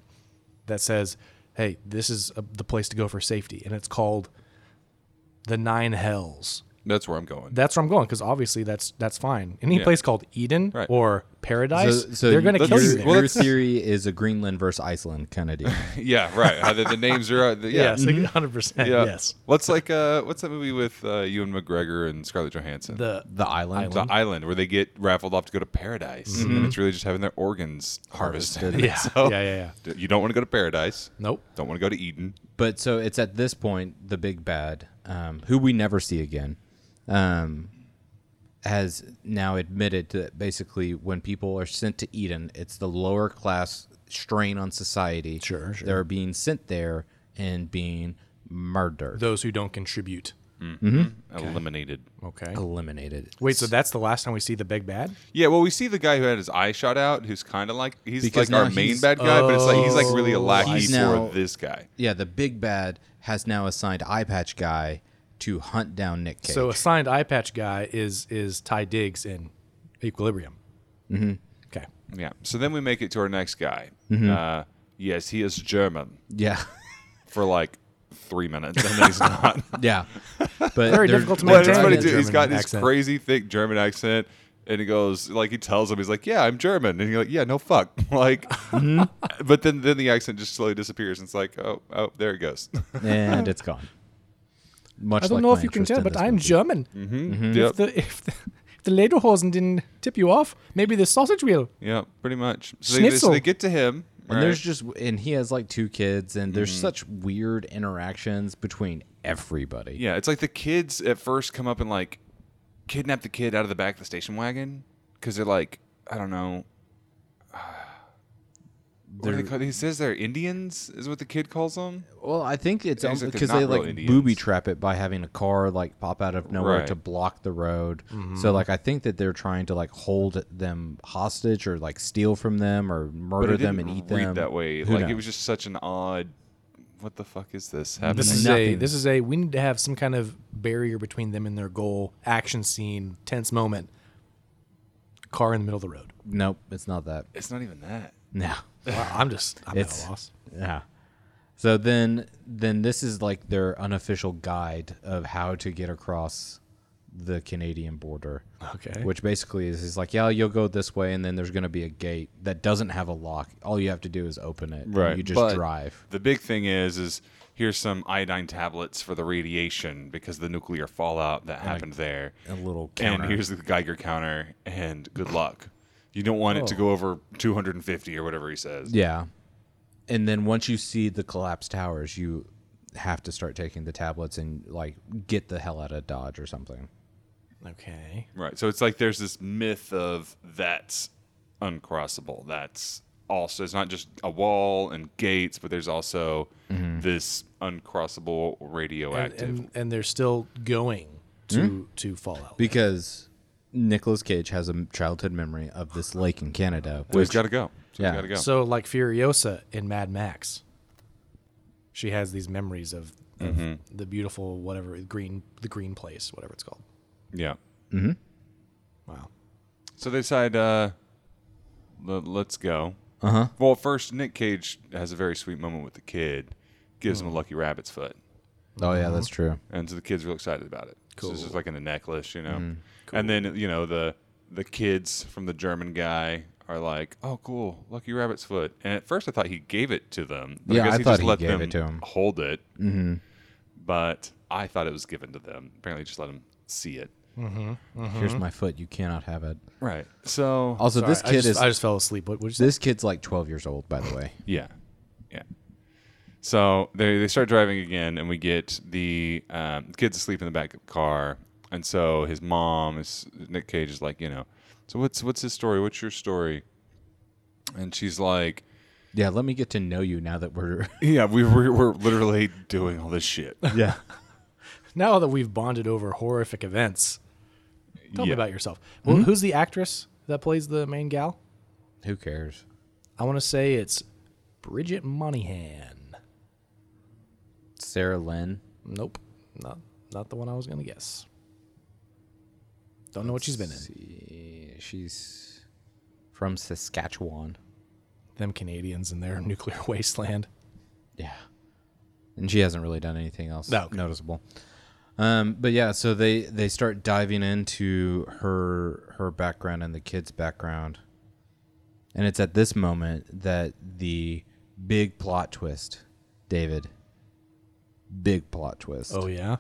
[SPEAKER 1] that says, "Hey, this is uh the place to go for safety," and it's called the Nine Hells.
[SPEAKER 3] That's where I'm going.
[SPEAKER 1] That's where I'm going because obviously that's that's fine. Any place called Eden
[SPEAKER 3] Right.
[SPEAKER 1] or Paradise,
[SPEAKER 2] So, so
[SPEAKER 1] they're going to
[SPEAKER 2] your,
[SPEAKER 1] kill you. There.
[SPEAKER 3] Well,
[SPEAKER 2] your
[SPEAKER 3] that's-
[SPEAKER 2] theory is a Greenland versus Iceland kind of deal.
[SPEAKER 3] yeah, right. How the, the names are. uh, The, yeah.
[SPEAKER 1] yes,
[SPEAKER 2] mm-hmm.
[SPEAKER 1] 100 percent.
[SPEAKER 3] Yeah.
[SPEAKER 1] Yes.
[SPEAKER 3] What's like uh what's that movie with uh Ewan McGregor and Scarlett Johansson?
[SPEAKER 1] The
[SPEAKER 2] The island.
[SPEAKER 3] The island where they get raffled off to go to paradise, and it's really just having their organs harvested.
[SPEAKER 1] Mm-hmm. Yeah.
[SPEAKER 3] So,
[SPEAKER 1] Yeah, yeah,
[SPEAKER 3] d- You don't want to go to paradise.
[SPEAKER 1] Nope.
[SPEAKER 3] Don't want to go to Eden.
[SPEAKER 2] But so it's at this point the big bad, um, who we never see again, um, has now admitted that basically when people are sent to Eden, it's the lower class strain on society.
[SPEAKER 1] Sure, sure.
[SPEAKER 2] They're being sent there and being murdered,
[SPEAKER 1] Those who don't contribute.
[SPEAKER 3] eliminated.
[SPEAKER 1] Okay.
[SPEAKER 2] Oh, eliminated.
[SPEAKER 1] Wait, so that's the last time we see the big bad?
[SPEAKER 3] Yeah, well, we see the guy who had his eye shot out, who's kind of like he's
[SPEAKER 2] Because
[SPEAKER 3] like our
[SPEAKER 2] now
[SPEAKER 3] main
[SPEAKER 2] he's-
[SPEAKER 3] bad guy, but it's like he's like really a
[SPEAKER 1] Oh,
[SPEAKER 3] lackey
[SPEAKER 2] he's
[SPEAKER 3] for
[SPEAKER 2] now-
[SPEAKER 3] this guy.
[SPEAKER 2] Yeah, the big bad has now assigned Eye Patch Guy to hunt down Nick Cage.
[SPEAKER 1] So assigned eye patch guy is is Ty Diggs in Equilibrium. Mm-hmm. Okay.
[SPEAKER 3] Yeah. So then we make it to our next guy.
[SPEAKER 2] Mm-hmm.
[SPEAKER 3] Uh, yes, he is German
[SPEAKER 2] yeah,
[SPEAKER 3] for like three minutes, and then he's not.
[SPEAKER 2] yeah. But
[SPEAKER 1] Very
[SPEAKER 2] they're-
[SPEAKER 1] difficult to
[SPEAKER 2] they're
[SPEAKER 1] maintain.
[SPEAKER 3] But it's
[SPEAKER 2] trying
[SPEAKER 3] funny
[SPEAKER 1] a
[SPEAKER 2] to-
[SPEAKER 3] too. He's
[SPEAKER 1] German
[SPEAKER 3] got this
[SPEAKER 1] accent.
[SPEAKER 3] crazy thick German accent, and he goes like he tells him he's like, "Yeah, I'm German," and you're like, "Yeah, no fuck." Like,
[SPEAKER 2] Mm-hmm.
[SPEAKER 3] but then then the accent just slowly disappears, and it's like, "Oh, oh, there it goes."
[SPEAKER 2] and it's gone. Much
[SPEAKER 1] I don't
[SPEAKER 2] like
[SPEAKER 1] know
[SPEAKER 2] my
[SPEAKER 1] if you can
[SPEAKER 2] interest
[SPEAKER 1] tell,
[SPEAKER 2] in
[SPEAKER 1] but
[SPEAKER 2] this
[SPEAKER 1] I'm
[SPEAKER 2] movie.
[SPEAKER 1] German.
[SPEAKER 3] yep.
[SPEAKER 2] Mm-hmm.
[SPEAKER 1] If the if the, if the lederhosen didn't tip you off, maybe the sausage wheel.
[SPEAKER 3] Yeah, pretty much. So they, so
[SPEAKER 1] Schnitzel.
[SPEAKER 3] they get to him.
[SPEAKER 2] And
[SPEAKER 3] right? Mm-hmm.
[SPEAKER 2] there's just and he has like two kids and there's such weird interactions between everybody.
[SPEAKER 3] yeah, it's like the kids at first come up and like kidnap the kid out of the back of the station wagon because they're like, I don't know. What are they
[SPEAKER 2] They're-
[SPEAKER 3] called? He says they're Indians, is what the kid calls them.
[SPEAKER 2] Well, I think it's
[SPEAKER 3] Seems like they're
[SPEAKER 2] because
[SPEAKER 3] not
[SPEAKER 2] they
[SPEAKER 3] real
[SPEAKER 2] like
[SPEAKER 3] Indians.
[SPEAKER 2] booby trap it by having a car like pop out of nowhere
[SPEAKER 3] Right. Mm-hmm.
[SPEAKER 2] to block the road. So like I think that they're trying to like hold them hostage or like steal from them or
[SPEAKER 3] But
[SPEAKER 2] murder
[SPEAKER 3] it
[SPEAKER 2] them
[SPEAKER 3] didn't
[SPEAKER 2] and eat
[SPEAKER 3] read
[SPEAKER 2] them.
[SPEAKER 3] that way.
[SPEAKER 2] Who
[SPEAKER 3] like it
[SPEAKER 2] knows?
[SPEAKER 3] was just such an odd. What the fuck is this happening?
[SPEAKER 1] This is a
[SPEAKER 2] Nothing.
[SPEAKER 1] this is a we need to have some kind of barrier between them and their goal. Action scene, tense moment. Car in the middle of the road.
[SPEAKER 2] Nope, it's not that.
[SPEAKER 3] it's not even that.
[SPEAKER 2] No.
[SPEAKER 1] Wow, I'm just I'm at
[SPEAKER 2] It's-
[SPEAKER 1] a loss.
[SPEAKER 2] Yeah. So then then this is like their unofficial guide of how to get across the Canadian border.
[SPEAKER 1] Okay.
[SPEAKER 2] Which basically is he's like, yeah, you'll go this way, and then there's going to be a gate that doesn't have a lock. All you have to do is open it. and
[SPEAKER 3] Right,
[SPEAKER 2] You just
[SPEAKER 3] but-
[SPEAKER 2] drive.
[SPEAKER 3] The big thing is, is here's some iodine tablets for the radiation because of the nuclear fallout
[SPEAKER 2] Oh
[SPEAKER 3] that happened there.
[SPEAKER 2] A little
[SPEAKER 3] And
[SPEAKER 2] counter.
[SPEAKER 3] here's the Geiger counter, and good luck. You don't want it to go over 250 or whatever he says.
[SPEAKER 2] Oh. Yeah. And then once you see the collapsed towers, you have to start taking the tablets and like get the hell out of Dodge or something.
[SPEAKER 1] Okay.
[SPEAKER 3] Right. So it's like there's this myth of that's uncrossable. That's also, it's not just a wall and gates, but there's also
[SPEAKER 2] Mm-hmm.
[SPEAKER 3] this uncrossable
[SPEAKER 1] And,
[SPEAKER 3] radioactive.
[SPEAKER 1] and and they're still going to
[SPEAKER 2] Hmm?
[SPEAKER 1] to Fallout.
[SPEAKER 2] Because Nicolas Cage has a childhood memory of this lake in Canada,
[SPEAKER 3] so he's
[SPEAKER 2] which
[SPEAKER 3] got to go. So
[SPEAKER 2] Yeah.
[SPEAKER 3] he's got to go.
[SPEAKER 1] So like Furiosa in Mad Max, she has these memories of, of
[SPEAKER 2] Mm-hmm.
[SPEAKER 1] the beautiful whatever green the green place whatever it's called.
[SPEAKER 3] yeah.
[SPEAKER 2] Mm-hmm.
[SPEAKER 1] Wow.
[SPEAKER 3] So they decide, uh, le- let's go. Uh
[SPEAKER 2] Uh-huh.
[SPEAKER 3] huh. Well, first, Nick Cage has a very sweet moment with the kid, gives
[SPEAKER 2] Mm.
[SPEAKER 3] him a lucky rabbit's foot.
[SPEAKER 2] Oh yeah,
[SPEAKER 1] Mm-hmm.
[SPEAKER 2] that's true.
[SPEAKER 3] And so the kid's real excited about it. Cool. So it's just like in a necklace, you
[SPEAKER 2] Mm.
[SPEAKER 3] know? And then, you know, the the kids from the German guy are like, oh, cool, lucky rabbit's foot. And at first I thought he gave it to them. But
[SPEAKER 2] Yeah,
[SPEAKER 3] I guess
[SPEAKER 2] I
[SPEAKER 3] he
[SPEAKER 2] thought
[SPEAKER 3] just
[SPEAKER 2] he
[SPEAKER 3] let
[SPEAKER 2] gave
[SPEAKER 3] them
[SPEAKER 2] it to him.
[SPEAKER 3] hold it. Mm-hmm. But I thought it was given to them. Apparently just let him see it.
[SPEAKER 2] Here's my foot. You cannot have it.
[SPEAKER 3] Right. So,
[SPEAKER 2] Also,
[SPEAKER 1] Mm-hmm. Sorry,
[SPEAKER 2] this
[SPEAKER 1] I
[SPEAKER 2] kid
[SPEAKER 1] just-
[SPEAKER 2] is
[SPEAKER 1] I just fell asleep. What would you say?
[SPEAKER 2] this kid's like 12 years old, by the way.
[SPEAKER 3] yeah. Yeah. So they, they start driving again, and we get the um, the kid's asleep in the back of the car, and so his mom is Nick Cage is like, you know, so what's what's his story? What's your story? And she's like,
[SPEAKER 2] Yeah, let me get to know you now that we're
[SPEAKER 3] yeah, we we're, we're literally doing all this shit.
[SPEAKER 2] yeah.
[SPEAKER 1] Now that we've bonded over horrific events, tell me
[SPEAKER 3] Yeah.
[SPEAKER 1] about yourself. Well, who's the actress that plays the main gal?
[SPEAKER 2] Who cares?
[SPEAKER 1] I want to say it's Bridget Monahan.
[SPEAKER 2] Sarah Lynn.
[SPEAKER 1] Nope, not not the one I was gonna guess. Don't know what she's been in.
[SPEAKER 2] See, she's from Saskatchewan.
[SPEAKER 1] Them Canadians and their nuclear wasteland.
[SPEAKER 2] Yeah, and she hasn't really done anything else
[SPEAKER 1] No, okay.
[SPEAKER 2] noticeable. Um, but yeah, so they they start diving into her her background and the kid's background, and it's at this moment that the big plot twist, David. Big plot twist
[SPEAKER 1] Oh yeah,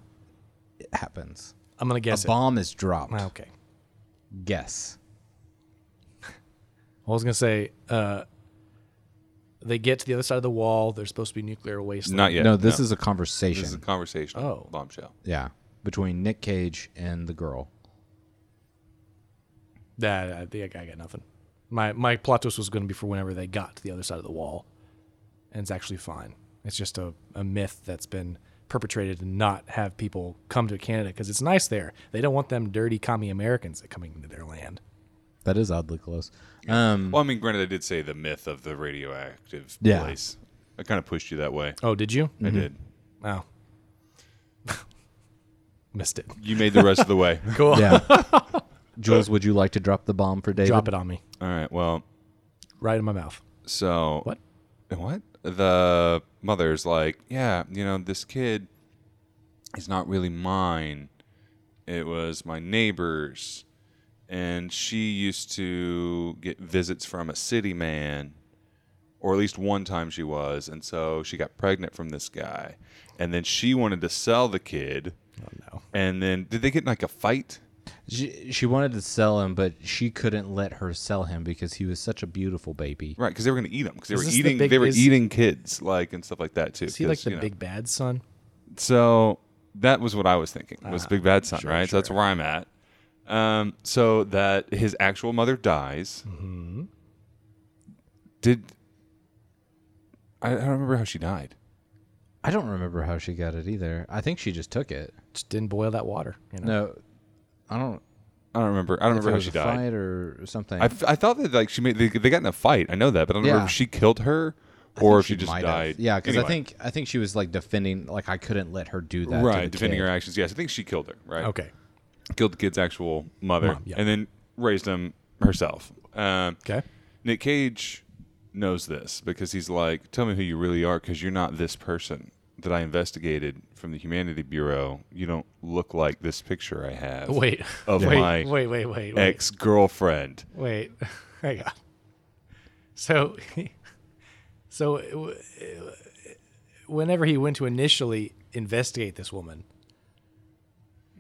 [SPEAKER 2] happens.
[SPEAKER 1] I'm gonna guess
[SPEAKER 2] a
[SPEAKER 1] it. Ah,
[SPEAKER 2] bomb is dropped.
[SPEAKER 1] Okay.
[SPEAKER 2] Guess.
[SPEAKER 1] I was gonna say, uh, they get to the other side of the wall. There's supposed to be nuclear wasteland.
[SPEAKER 3] Not yet.
[SPEAKER 2] no, this is a
[SPEAKER 3] this
[SPEAKER 2] conversation.
[SPEAKER 3] is a conversation.
[SPEAKER 1] Oh.
[SPEAKER 3] bombshell.
[SPEAKER 2] yeah, between Nick Cage and the girl.
[SPEAKER 1] That I think I got nothing. My my plot twist was going to be for whenever they got to the other side of the wall, and it's actually fine. It's just a, a myth that's been perpetrated to not have people come to Canada because it's nice there. They don't want them dirty commie Americans coming into their land.
[SPEAKER 2] That is oddly close. Um,
[SPEAKER 3] Well, I mean, granted, I did say the myth of the radioactive
[SPEAKER 2] Yeah.
[SPEAKER 3] place. I kind of pushed you that way.
[SPEAKER 1] Oh, did you?
[SPEAKER 3] I did.
[SPEAKER 1] Oh, missed it.
[SPEAKER 3] You made the rest of the way.
[SPEAKER 1] Cool.
[SPEAKER 2] yeah. Jules, would you like to drop the bomb for David?
[SPEAKER 1] Drop it on me,
[SPEAKER 3] All right. Well,
[SPEAKER 1] right in my mouth.
[SPEAKER 3] so
[SPEAKER 1] What?
[SPEAKER 3] What? The mother's like, yeah, you know, this kid is not really mine. It was my neighbor's, and she used to get visits from a city man, or at least one time she was, and so she got pregnant from this guy, and then she wanted to sell the kid,
[SPEAKER 1] Oh no.
[SPEAKER 3] and then did they get in like a fight?
[SPEAKER 2] She, she wanted to sell him, but she couldn't let her sell him because he was such a beautiful baby.
[SPEAKER 3] Right, because they were going to eat them because they
[SPEAKER 1] Is
[SPEAKER 3] were
[SPEAKER 1] this the
[SPEAKER 3] eating
[SPEAKER 1] big-
[SPEAKER 3] they were
[SPEAKER 1] is-
[SPEAKER 3] eating kids like and stuff like that too.
[SPEAKER 1] Is he like
[SPEAKER 3] 'cause,
[SPEAKER 1] the
[SPEAKER 3] you know.
[SPEAKER 1] big bad son?
[SPEAKER 3] So that was what I was thinking.
[SPEAKER 2] Ah,
[SPEAKER 3] Was Big Bad Son, right? So that's where I'm at. Um, so that his actual mother dies.
[SPEAKER 2] Mm-hmm.
[SPEAKER 3] Did I, I don't remember how she died?
[SPEAKER 2] I don't remember how she got it either. I think she just took it.
[SPEAKER 1] Just didn't boil that water. You know?
[SPEAKER 2] No, I don't.
[SPEAKER 3] I don't remember. I don't
[SPEAKER 2] If
[SPEAKER 3] remember
[SPEAKER 2] it
[SPEAKER 3] how
[SPEAKER 2] was
[SPEAKER 3] she
[SPEAKER 2] a
[SPEAKER 3] died.
[SPEAKER 2] fight or something.
[SPEAKER 3] I, f- I thought that like she made they, they got in a fight. I know that, but I don't
[SPEAKER 2] Yeah.
[SPEAKER 3] remember if she killed her
[SPEAKER 2] I think
[SPEAKER 3] or if she, just
[SPEAKER 2] might have.
[SPEAKER 3] died.
[SPEAKER 2] Yeah, because I
[SPEAKER 3] Anyway.
[SPEAKER 2] think I think she was like defending. Like I couldn't let her do that. to
[SPEAKER 3] right
[SPEAKER 2] the
[SPEAKER 3] defending
[SPEAKER 2] kid.
[SPEAKER 3] her actions. Yes, I think she killed her. Right.
[SPEAKER 1] Okay.
[SPEAKER 3] Killed the kid's actual mother
[SPEAKER 1] Mom, yeah.
[SPEAKER 3] and then raised him herself. Um,
[SPEAKER 1] Okay.
[SPEAKER 3] Nick Cage knows this because he's like, "Tell me who you really are, because you're not this person that I investigated from the Humanity Bureau. You don't look like this picture I have
[SPEAKER 1] Wait.
[SPEAKER 3] of
[SPEAKER 1] wait,
[SPEAKER 3] my
[SPEAKER 1] wait. Wait. Wait. Wait.
[SPEAKER 3] ex-girlfriend."
[SPEAKER 1] Wait. Hang on. So, so uh, whenever he went to initially investigate this woman,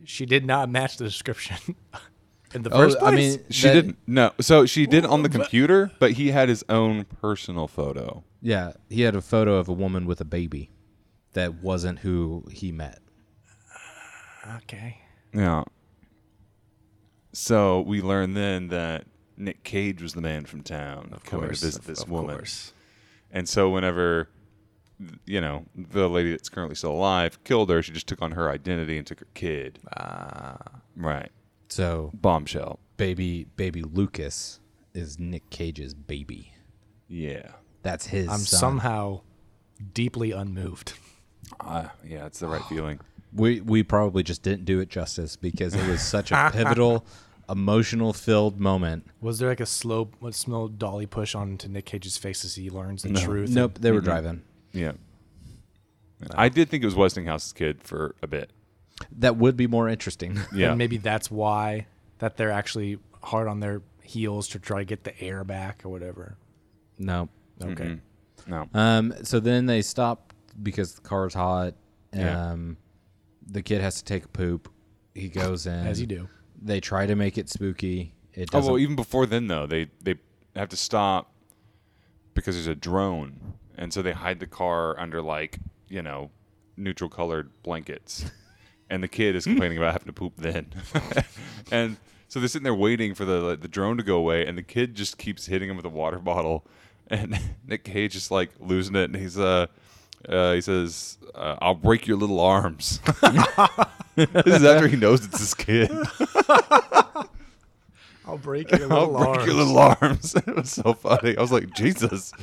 [SPEAKER 1] she did not match the description in the first
[SPEAKER 2] Oh, I
[SPEAKER 1] place.
[SPEAKER 2] mean,
[SPEAKER 3] She
[SPEAKER 2] that-
[SPEAKER 3] didn't. No, so she did on the computer, but he had his own personal photo.
[SPEAKER 2] Yeah, he had a photo of a woman with a baby that wasn't who he met.
[SPEAKER 1] okay.
[SPEAKER 3] Yeah. So we learn then that Nick Cage was the man from town coming to visit this woman. And so whenever you know the lady that's currently still alive killed her, she just took on her identity and took her kid. Ah, right.
[SPEAKER 2] So
[SPEAKER 3] Bombshell.
[SPEAKER 2] baby, baby Lucas is Nick Cage's baby.
[SPEAKER 3] Yeah.
[SPEAKER 2] That's his.
[SPEAKER 1] I'm
[SPEAKER 2] son.
[SPEAKER 1] somehow deeply unmoved.
[SPEAKER 3] Uh, yeah, it's the right feeling.
[SPEAKER 2] we we probably just didn't do it justice because it was such a pivotal, emotional filled moment.
[SPEAKER 1] Was there like a slow, a slow dolly push onto Nick Cage's face as he learns the truth?
[SPEAKER 2] Nope, they were driving.
[SPEAKER 3] Yeah. I did think it was Westinghouse's kid for a bit.
[SPEAKER 2] That would be more interesting.
[SPEAKER 3] Yeah.
[SPEAKER 1] And maybe that's why that they're actually hard on their heels to try to get the air back or whatever.
[SPEAKER 2] no.
[SPEAKER 1] Okay.
[SPEAKER 3] no.
[SPEAKER 2] Um. So then they stopped because the car's hot. Um.
[SPEAKER 3] Yeah.
[SPEAKER 2] The kid has to take a poop. He goes in.
[SPEAKER 1] As you do.
[SPEAKER 2] They try to make it spooky. It
[SPEAKER 3] Oh
[SPEAKER 2] doesn't.
[SPEAKER 3] well, even before then though, they they have to stop because there's a drone, and so they hide the car under like you know neutral colored blankets, and the kid is complaining about having to poop then, and so they're sitting there waiting for the like, the drone to go away, and the kid just keeps hitting him with a water bottle, and Nick Cage is like losing it, and he's uh. Uh, he says, uh, "I'll break your little arms." this is after he knows it's his kid.
[SPEAKER 1] I'll break your
[SPEAKER 3] I'll
[SPEAKER 1] little
[SPEAKER 3] break your little arms. it was so funny. I was like, Jesus. Uh,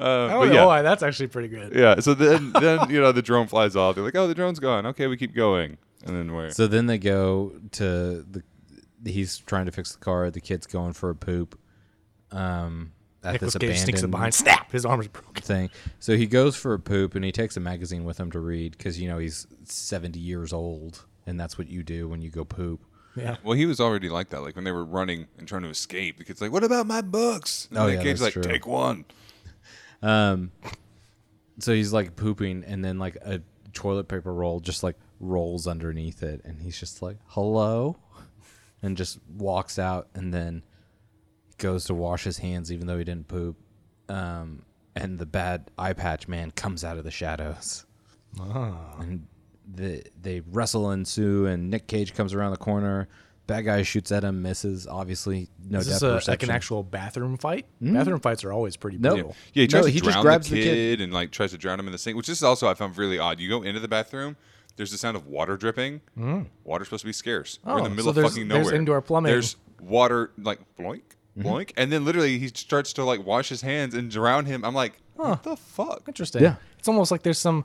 [SPEAKER 2] Oh,
[SPEAKER 1] I don't
[SPEAKER 3] but
[SPEAKER 1] know
[SPEAKER 3] yeah,
[SPEAKER 1] why. That's actually pretty good.
[SPEAKER 3] yeah. So then, then you know, the drone flies off. They're like, oh, the drone's gone. Okay, we keep going, and then we're
[SPEAKER 2] So then they go to the. He's trying to fix the car. The kid's going for a poop. Um, at
[SPEAKER 1] Nicholas
[SPEAKER 2] this
[SPEAKER 1] Cage sneaks in
[SPEAKER 2] abandoned
[SPEAKER 1] behind. Snap! His arm's broken.
[SPEAKER 2] thing. So he goes for a poop and he takes a magazine with him to read because you know he's seventy years old and that's what you do when you go poop.
[SPEAKER 1] Yeah.
[SPEAKER 3] well, he was already like that. Like when they were running and trying to escape, the kid's like, "What about my books?" And
[SPEAKER 2] Oh,
[SPEAKER 3] the
[SPEAKER 2] yeah,
[SPEAKER 3] kid's like,
[SPEAKER 2] that's true.
[SPEAKER 3] "Take one."
[SPEAKER 2] So he's like pooping and then like a toilet paper roll just like rolls underneath it and he's just like hello, and just walks out and then goes to wash his hands even though he didn't poop. Um, and the bad eye patch man comes out of the shadows. and the, they wrestle and sue and nick cage comes around the corner Bad guy shoots at him, misses. Obviously, no
[SPEAKER 1] Is this
[SPEAKER 2] depth
[SPEAKER 1] a, like
[SPEAKER 2] perception.
[SPEAKER 1] an actual bathroom fight? Bathroom fights are always pretty
[SPEAKER 2] No.
[SPEAKER 1] brutal.
[SPEAKER 3] Yeah, he tries
[SPEAKER 2] No,
[SPEAKER 3] to
[SPEAKER 2] he just
[SPEAKER 3] drown
[SPEAKER 2] grabs
[SPEAKER 3] the
[SPEAKER 2] the
[SPEAKER 3] kid,
[SPEAKER 2] kid.
[SPEAKER 3] and like tries to drown him in the sink, which is also I found really odd. You go into the bathroom, there's the sound of water dripping.
[SPEAKER 2] Mm.
[SPEAKER 3] Water's supposed to be scarce. We're in
[SPEAKER 1] Oh,
[SPEAKER 3] the middle
[SPEAKER 1] so
[SPEAKER 3] of
[SPEAKER 1] there's-
[SPEAKER 3] fucking nowhere.
[SPEAKER 1] there's indoor plumbing.
[SPEAKER 3] There's water like bloink,
[SPEAKER 2] Mm-hmm.
[SPEAKER 3] bloink, and then literally he starts to like wash his hands and drown him. I'm like, what the fuck?
[SPEAKER 1] Interesting.
[SPEAKER 2] Yeah.
[SPEAKER 1] It's almost like there's some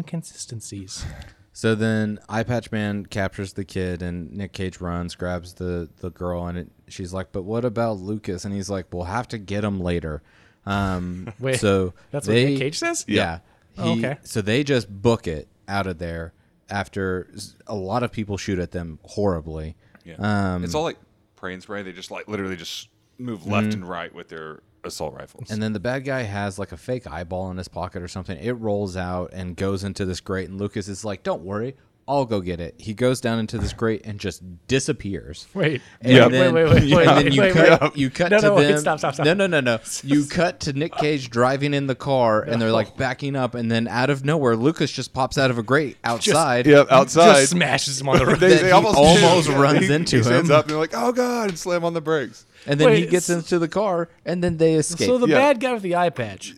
[SPEAKER 1] inconsistencies.
[SPEAKER 2] So then Eye Patch Man captures the kid and Nick Cage runs, grabs the, the girl and it, she's like, but what about Lucas? And he's like, we'll have to get him later. Um,
[SPEAKER 1] Wait,
[SPEAKER 2] so
[SPEAKER 1] that's
[SPEAKER 2] they-
[SPEAKER 1] what Nick Cage says?
[SPEAKER 2] Yeah.
[SPEAKER 1] Oh,
[SPEAKER 2] He-
[SPEAKER 1] okay.
[SPEAKER 2] So they just book it out of there after s- a lot of people shoot at them horribly.
[SPEAKER 3] Yeah.
[SPEAKER 2] Um,
[SPEAKER 3] it's all like pray and spray. They just like literally just move left and right with their assault rifles.
[SPEAKER 2] Mm. And then the bad guy has like a fake eyeball in his pocket or something. It rolls out and goes into this grate. And Lucas is like, don't worry, I'll go get it. He goes down into this grate and just disappears.
[SPEAKER 1] Wait.
[SPEAKER 2] And
[SPEAKER 3] Yep.
[SPEAKER 2] then,
[SPEAKER 1] Wait, wait, wait, wait,
[SPEAKER 2] and then you
[SPEAKER 1] wait,
[SPEAKER 2] cut,
[SPEAKER 1] wait.
[SPEAKER 2] you cut
[SPEAKER 1] No,
[SPEAKER 2] to
[SPEAKER 1] no, wait,
[SPEAKER 2] them.
[SPEAKER 1] stop, stop, stop.
[SPEAKER 2] No, no, no, no. You cut to Nick Cage driving in the car, and they're like backing up, and then out of nowhere, Lucas just pops out of a grate outside.
[SPEAKER 3] Yep, outside.
[SPEAKER 1] Just smashes him on the
[SPEAKER 3] They,
[SPEAKER 1] road.
[SPEAKER 2] That
[SPEAKER 3] they
[SPEAKER 2] he
[SPEAKER 3] almost,
[SPEAKER 2] almost runs
[SPEAKER 3] he,
[SPEAKER 2] into
[SPEAKER 3] he stands
[SPEAKER 2] him.
[SPEAKER 3] up and they're like, oh god, and slam on the brakes.
[SPEAKER 2] And then he
[SPEAKER 1] Wait,
[SPEAKER 2] gets
[SPEAKER 1] s-
[SPEAKER 2] into the car, and then they escape.
[SPEAKER 1] so the
[SPEAKER 3] Yeah.
[SPEAKER 1] bad guy with the eye patch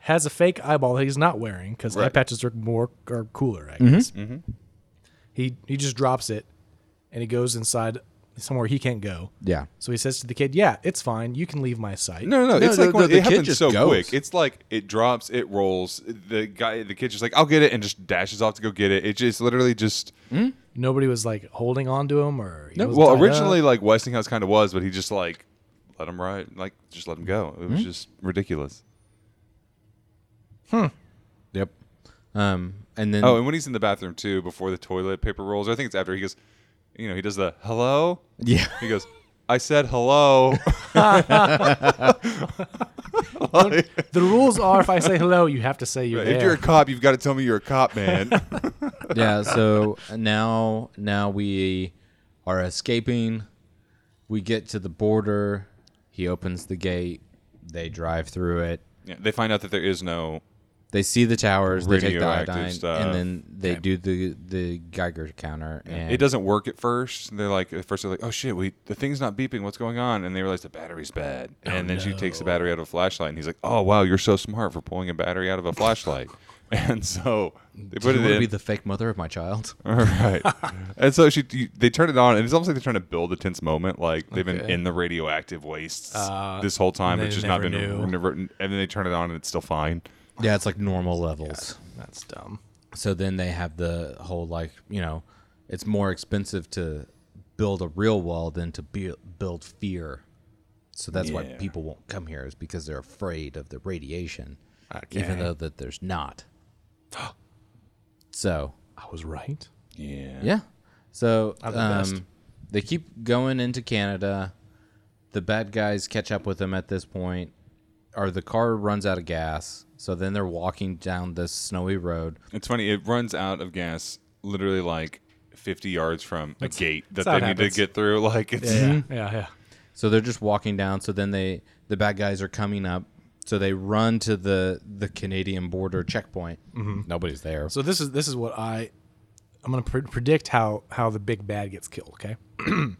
[SPEAKER 1] has a fake eyeball that he's not wearing because eye
[SPEAKER 3] Right. Mm-hmm.
[SPEAKER 1] patches are more are cooler, I guess. He he just drops it, and he goes inside somewhere he can't go.
[SPEAKER 2] yeah.
[SPEAKER 1] So he says to the kid, "Yeah, it's fine. You can leave my sight."
[SPEAKER 3] No, no, no.
[SPEAKER 2] No,
[SPEAKER 3] It's
[SPEAKER 2] the-
[SPEAKER 3] like one,
[SPEAKER 2] the- the
[SPEAKER 3] it
[SPEAKER 2] kid
[SPEAKER 3] happens
[SPEAKER 2] just
[SPEAKER 3] so
[SPEAKER 2] goes.
[SPEAKER 3] quick. It's like it drops, it rolls. The guy, the kid, just like I'll get it, and just dashes off to go get it. It just literally just.
[SPEAKER 1] Nobody was like holding on to him or. he was
[SPEAKER 3] Well,
[SPEAKER 1] tied
[SPEAKER 3] originally
[SPEAKER 1] up.
[SPEAKER 3] like Westinghouse kind of was, but he just like let him ride, like just let him go. It was just ridiculous.
[SPEAKER 2] Yep. Um, and then
[SPEAKER 3] Oh, and when he's in the bathroom too, before the toilet paper rolls, I think it's after he goes, you know, he does the hello.
[SPEAKER 2] yeah,
[SPEAKER 3] He goes, I said hello. Like,
[SPEAKER 1] the rules are: if I say hello, you have to say you're
[SPEAKER 3] if
[SPEAKER 1] there.
[SPEAKER 3] you're a cop, you've got to tell me you're a cop, man.
[SPEAKER 2] yeah. So now, now we are escaping. We get to the border. He opens the gate. They drive through it.
[SPEAKER 3] yeah, they find out that there is no
[SPEAKER 2] They see the towers. They take the
[SPEAKER 3] Radioactive
[SPEAKER 2] iodine,
[SPEAKER 3] stuff.
[SPEAKER 2] and then they do the the Geiger counter. And
[SPEAKER 3] It doesn't work at first. They're like, at first they're like, oh shit, we the thing's not beeping. What's going on? And they realize the battery's bad.
[SPEAKER 1] Oh,
[SPEAKER 3] And then she takes the battery out of a flashlight, and he's like, oh wow, you're so smart for pulling a battery out of a flashlight. and so they
[SPEAKER 2] Do
[SPEAKER 3] put
[SPEAKER 2] you
[SPEAKER 3] it
[SPEAKER 2] want to
[SPEAKER 3] in.
[SPEAKER 2] be the fake mother of my child?
[SPEAKER 3] All right. and so she, you- they turn it on, and it's almost like they're trying to build a tense moment. Like they've been
[SPEAKER 1] Okay.
[SPEAKER 3] in the radioactive wastes
[SPEAKER 1] Uh,
[SPEAKER 3] this whole time,
[SPEAKER 1] and
[SPEAKER 3] which
[SPEAKER 1] they
[SPEAKER 3] has not
[SPEAKER 1] never
[SPEAKER 3] been.
[SPEAKER 1] knew.
[SPEAKER 3] Never, and then they turn it on, and it's still fine.
[SPEAKER 2] Yeah, it's like normal levels.
[SPEAKER 1] That's dumb.
[SPEAKER 2] So then they have the whole like you know, it's more expensive to build a real wall than to be, build fear. So that's why
[SPEAKER 3] Yeah.
[SPEAKER 2] people won't come here is because they're afraid of the radiation,
[SPEAKER 1] Okay.
[SPEAKER 2] even though that there's not. so
[SPEAKER 1] I was right.
[SPEAKER 3] Yeah.
[SPEAKER 2] yeah, so
[SPEAKER 1] the best.
[SPEAKER 2] um, they keep going into Canada. The bad guys catch up with them at this point, or the car runs out of gas. So then they're walking down this snowy road.
[SPEAKER 3] It's funny. It runs out of gas literally like 50 yards from a gate that
[SPEAKER 1] how
[SPEAKER 3] they
[SPEAKER 1] it
[SPEAKER 3] need
[SPEAKER 1] happens.
[SPEAKER 3] to get through. Like it's.
[SPEAKER 1] Yeah, yeah, yeah.
[SPEAKER 2] So they're just walking down. So then they the bad guys are coming up. So they run to the the Canadian border checkpoint.
[SPEAKER 1] Mm-hmm.
[SPEAKER 2] Nobody's there.
[SPEAKER 1] So this is this is what I I'm going to pre- predict how how the big bad gets killed, okay?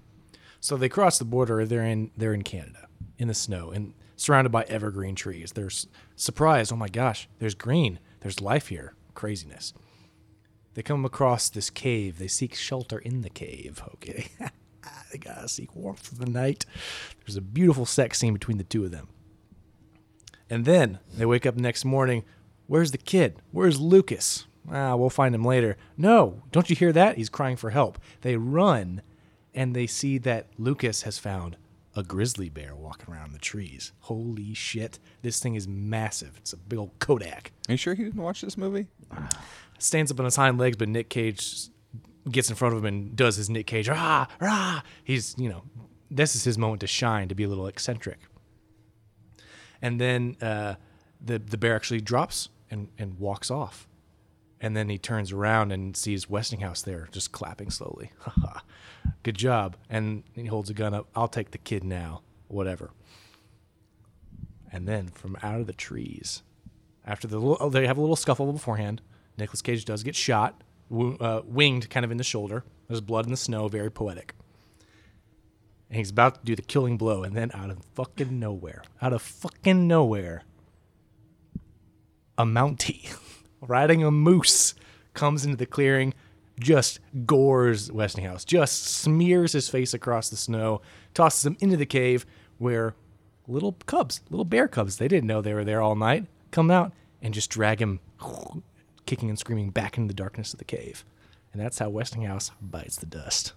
[SPEAKER 1] so they cross the border, they're in they're in Canada in the snow and surrounded by evergreen trees. They're s- surprised, "Oh my gosh, there's green. There's life here." Craziness. They come across this cave. They seek shelter in the cave, okay? they got to seek warmth of the night. There's a beautiful sex scene between the two of them. And then they wake up next morning. Where's the kid? Where's Lucas? Ah, we'll find him later. No, don't you hear that? He's crying for help. They run and they see that Lucas has found a grizzly bear walking around the trees. Holy shit. This thing is massive. It's a big old Kodak.
[SPEAKER 3] Are you sure he didn't watch this movie?
[SPEAKER 1] Stands up on his hind legs, but Nick Cage gets in front of him and does his Nick Cage. Ah, ah. He's, you know, this is his moment to shine, to be a little eccentric and then uh, the the bear actually drops and and walks off, and then he turns around and sees Westinghouse there, just clapping slowly. Haha, good job! And he holds a gun up. I'll take the kid now. Whatever. And then from out of the trees, after the little, oh, they have a little scuffle beforehand. Nicolas Cage does get shot, wo- uh, winged kind of in the shoulder. There's blood in the snow, very poetic. and he's about to do the killing blow, and then out of fucking nowhere, out of fucking nowhere, a Mountie riding a moose comes into the clearing, just gores Westinghouse, just smears his face across the snow, tosses him into the cave where little cubs, little bear cubs, they didn't know they were there all night, come out and just drag him, kicking and screaming, back into the darkness of the cave. And that's how Westinghouse bites the dust.